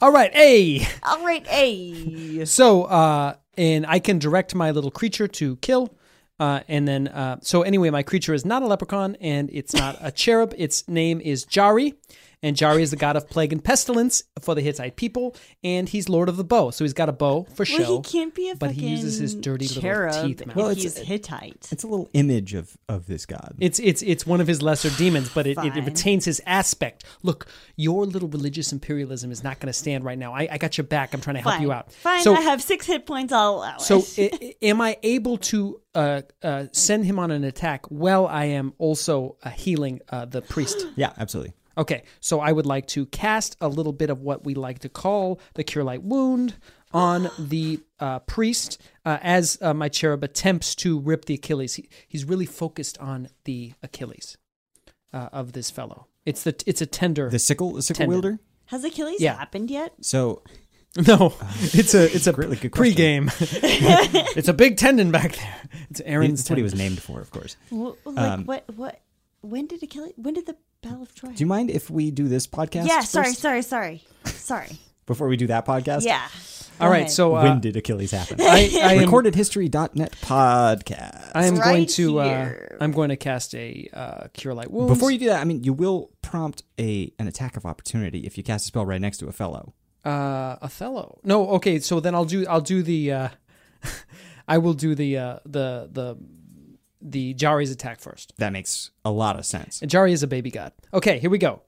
All right. Hey.
All right, hey.
So, uh, and I can direct my little creature to kill. Uh, and then, uh, so anyway, my creature is not a leprechaun and it's not a cherub. Its name is Jari. And Jari is the god of plague and pestilence for the Hittite people. And he's lord of the bow. So he's got a bow for show.
Well, he can't be a
but he uses his
fucking
dirty little
cherub
teeth
if
mouth. Well,
he's
it's- uh,
Hittite.
It's a little image of of this god.
It's it's it's one of his lesser demons, but it, it
Fine.
retains his aspect. Look, your little religious imperialism is not going to stand right now. I, I got your back. I'm trying to help
Fine.
you out.
Fine,
So-
I have six hit points. I'll allow
Oh,
it.
So, i- i- am I able to uh, uh, send him on an attack while I am also uh, healing uh, the priest?
yeah, absolutely.
Okay, so I would like to cast a little bit of what we like to call the Cure Light Wound on the uh, priest uh, as uh, my cherub attempts to rip the Achilles. He, he's really focused on the Achilles uh, of this fellow. It's the it's a tender.
The sickle, the sickle
Tendon.
wielder.
Has Achilles
Yeah.
happened yet?
So
No, it's a it's a
really good question.
pregame. it's a big tendon back there. It's Aaron's.
That's what he
tendon.
was named for, of course.
Well, like
Um,
what? What? When did Achilles? When did the Battle of Troy?
Do you mind if we do this podcast?
yeah. Sorry.
first
Sorry. Sorry. Sorry.
Before we do that podcast?
yeah.
All
Go
right,
ahead.
so uh,
when did Achilles happen?
I, I am,
recordedhistory.net podcast.
I am
Right
going to. Uh,
here.
I'm going to cast a uh, cure light wounds.
Before you do that, I mean, you will prompt a an attack of opportunity if you cast a spell right next to a fellow.
uh, Othello. No, okay. So then I'll do. I'll do the. Uh, I will do the uh, the the the Jari's attack first.
That makes a lot of sense.
And Jari is a baby god. Okay, here we go.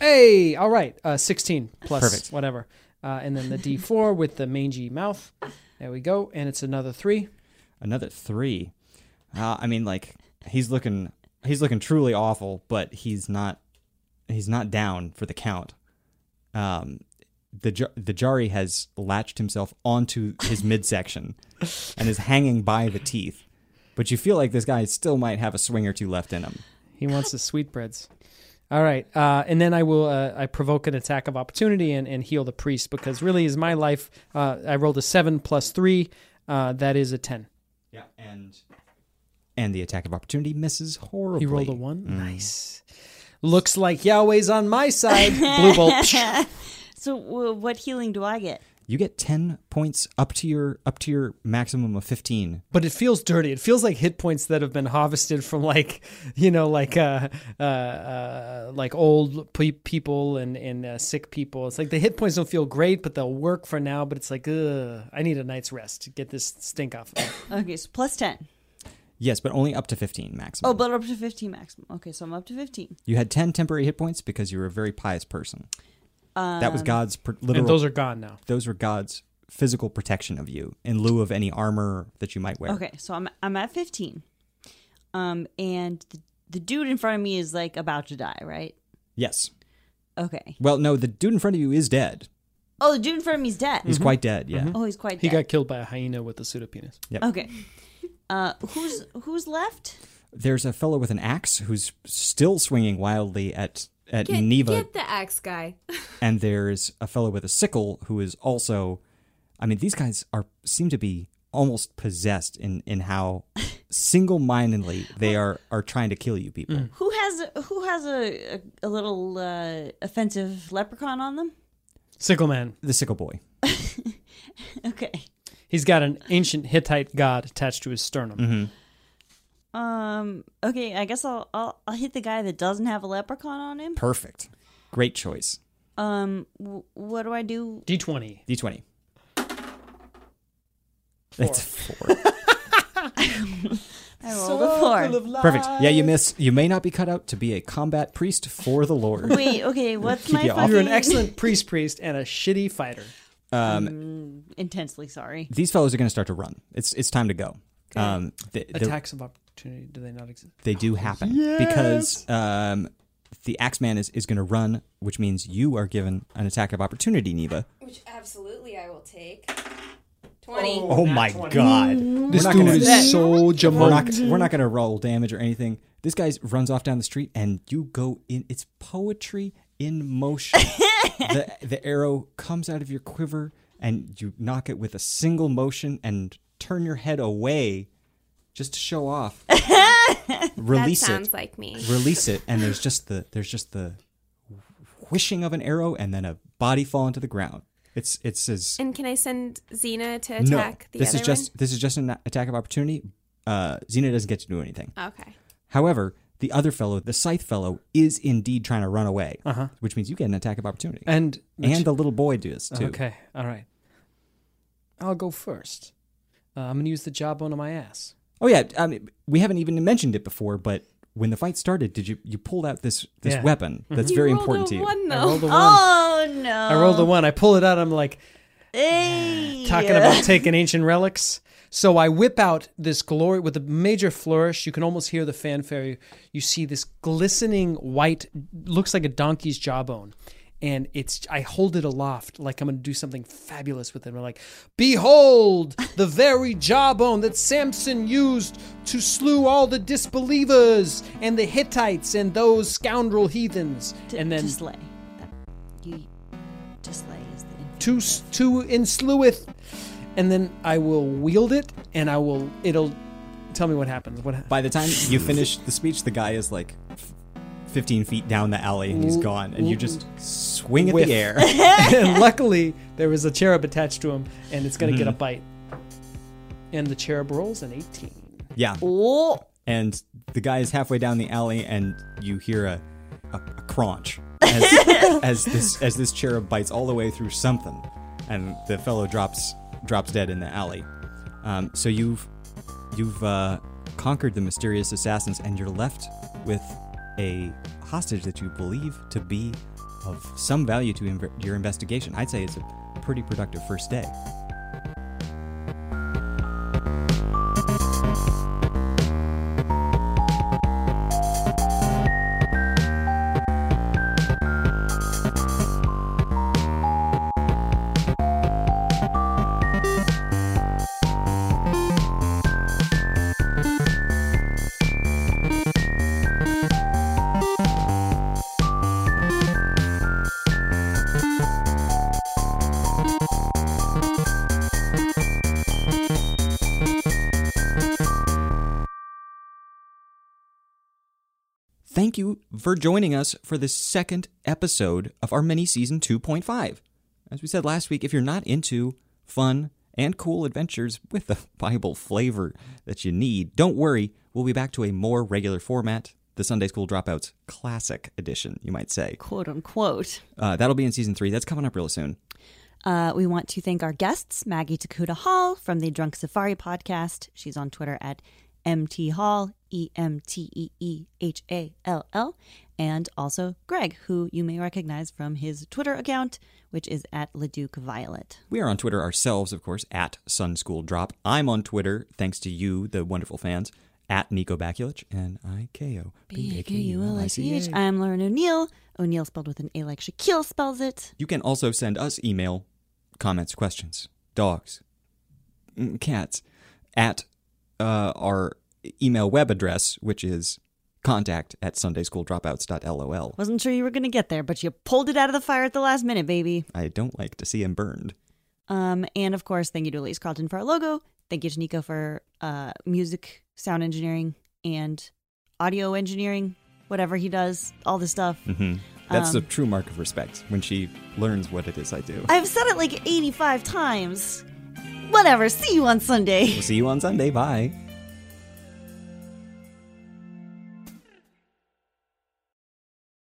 Hey, all right. Uh, 16 plus
Perfect.
whatever. Uh, and then the D4 with the mangy mouth. There we go. And it's another three.
Another three. Uh, I mean, like he's looking he's looking truly awful, but he's not he's not down for the count. Um, the Jar- the Jari has latched himself onto his midsection and is hanging by the teeth. But you feel like this guy still might have a swing or two left in him.
He wants the sweetbreads. All right. Uh, and then I will uh, I provoke an attack of opportunity and, and heal the priest because really is my life. Uh, I rolled a seven plus three. Uh, that is a 10.
Yeah, and and the attack of opportunity misses horribly.
He rolled a one.
Mm.
Nice. Looks like Yahweh's on my side. Blue bolt.
So w- what healing do I get?
You get ten points up to your up to your maximum of fifteen.
but it feels dirty. It feels like hit points that have been harvested from like you know like uh, uh, uh, like old pe- people and and uh, sick people. It's like the hit points don't feel great, but they'll work for now. But it's like ugh, I need a night's rest to get this stink off. me.
Okay, so plus ten.
Yes, but only up to fifteen maximum.
Oh, but up to fifteen maximum. Okay, so I'm up to fifteen.
you had ten temporary hit points because you were a very pious person. that was God's pr- literal.
and those are gone now.
those were God's physical protection of you in lieu of any armor that you might wear.
Okay, so I'm I'm at fifteen. Um, and the, the dude in front of me is like about to die, right?
Yes.
Okay.
Well, no, the dude in front of you is dead.
Oh, the dude in front of me is dead.
He's quite dead. Yeah.
Mm-hmm.
Oh, he's quite
He
dead.
got killed by a hyena with a pseudopenis.
okay. Uh, who's who's left?
There's a fellow with an axe who's still swinging wildly at at
Get,
Neva.
get the axe guy.
and there's a fellow with a sickle who is also i mean these guys are seem to be almost possessed in in how single-mindedly they are are trying to kill you people
Mm.
Who has who has a a, a little uh, offensive leprechaun on them?
Sickle man.
the sickle boy
Okay.
He's got an ancient Hittite god attached to his sternum.
Mm-hmm.
Um. Okay. I guess I'll I'll, I'll hit the guy that doesn't have a leprechaun on him.
perfect great choice
Um. W- what do I do?
D twenty.
d20 it's four
I rolled a four.
perfect yeah you miss you may not be cut out to be a combat priest for the lord
Wait. Okay. What's
Keep
my
you off.
fucking?
You're an excellent priest, priest, and a shitty fighter.
Intensely sorry.
these fellows are going to start to run it's it's time to go um th- they're-
Attacks of opportunity do they not exist?
they do happen because um, the axeman is, is going to run which means you are given an attack of opportunity neva
Which absolutely I will take. 20.
oh my god this we're not gonna,
so
we're not, we're not going to roll damage or anything this guy runs off down the street and you go in it's poetry in motion the, the arrow comes out of your quiver and you knock it with a single motion and turn your head away just to show off
That
release it
sounds like me.
release it and there's just the there's just the whooshing of an arrow and then a body falling to the ground it's it's as
And can I send Xena to
no
attack the
this
other
is just this is just an attack of opportunity uh xena doesn't get to do anything
one? Okay.
however the other fellow the scythe fellow is indeed trying to run away
Uh-huh.
which means you get an attack of opportunity
And
and the little boy does too
okay, all right. I'll go first. Uh, I'm gonna use the jawbone of my ass.
oh yeah i mean we haven't even mentioned it before but when the fight started did you you pulled out this this
Yeah. Mm-hmm.
weapon that's very important to you
One
I rolled
though.
the one.
Oh no.
I rolled the one. I pull it out. I'm like
Hey.
talking about taking ancient relics. So I whip out this glory with a major flourish. You can almost hear the fanfare. You, you see this glistening white, looks like a donkey's jawbone. And it's I hold it aloft like I'm gonna do something fabulous with it. I'm like, behold the very jawbone that Samson used to slew all the disbelievers and the Hittites and those scoundrel heathens. and then
to slay.
you to slay is the infant.
to s- to ensleweth, and then I will wield it, and I will it'll tell me what happens. What ha-
By the time you finish the speech, the guy is like f- 15 feet down the alley and he's gone, and you just swing at
Whiff.
the air.
and luckily there was a cherub attached to him, and it's gonna get a bite. And the cherub rolls an eighteen.
Yeah.
Oh,
And the guy is halfway down the alley, and you hear a, a, a crunch as, as this as this cherub bites all the way through something, and the fellow drops drops dead in the alley. Um, so you've you've uh, conquered the mysterious assassins, and you're left with a hostage that you believe to be of some value to inv- your investigation. I'd say it's a pretty productive first day. Thank you for joining us for the second episode of our mini season 2.5. As we said last week, if you're not into fun and cool adventures with the Bible flavor that you need, don't worry. We'll be back to a more regular format, the Sunday School Dropouts Classic Edition, you might say.
quote unquote.
Uh, that'll be in season three. That's coming up real soon.
Uh, we want to thank our guests, Maggie Takuta Hall from the Drunk Safari podcast. She's on Twitter at MT Hall, E M T E E H A L L. And also Greg, who you may recognize from his Twitter account, which is at Leduc Violet.
We are on Twitter ourselves, of course, at Sun School Drop. I'm on Twitter, thanks to you, the wonderful fans, at Nico Bakulich and IKO.
B-A-K-U-L-I-C-H. I'm Lauren O'Neill. O'Neill spelled with an A like Shaquille spells it.
You can also send us email, comments, questions, dogs, mm, cats, at uh, our email web address, which is contact at sundaysschooldropouts.lol.
Wasn't sure you were going to get there, but you pulled it out of the fire at the last minute, baby.
I don't like to see him burned.
Um, and of course, thank you to Elise Carlton for our logo. Thank you to Nico for uh, music, sound engineering, and audio engineering, whatever he does, all this stuff.
hmm That's
Um,
a true mark of respect when she learns what it is I do.
I've said it like 85 times. Whatever. See you on Sunday.
We'll see you on Sunday. Bye.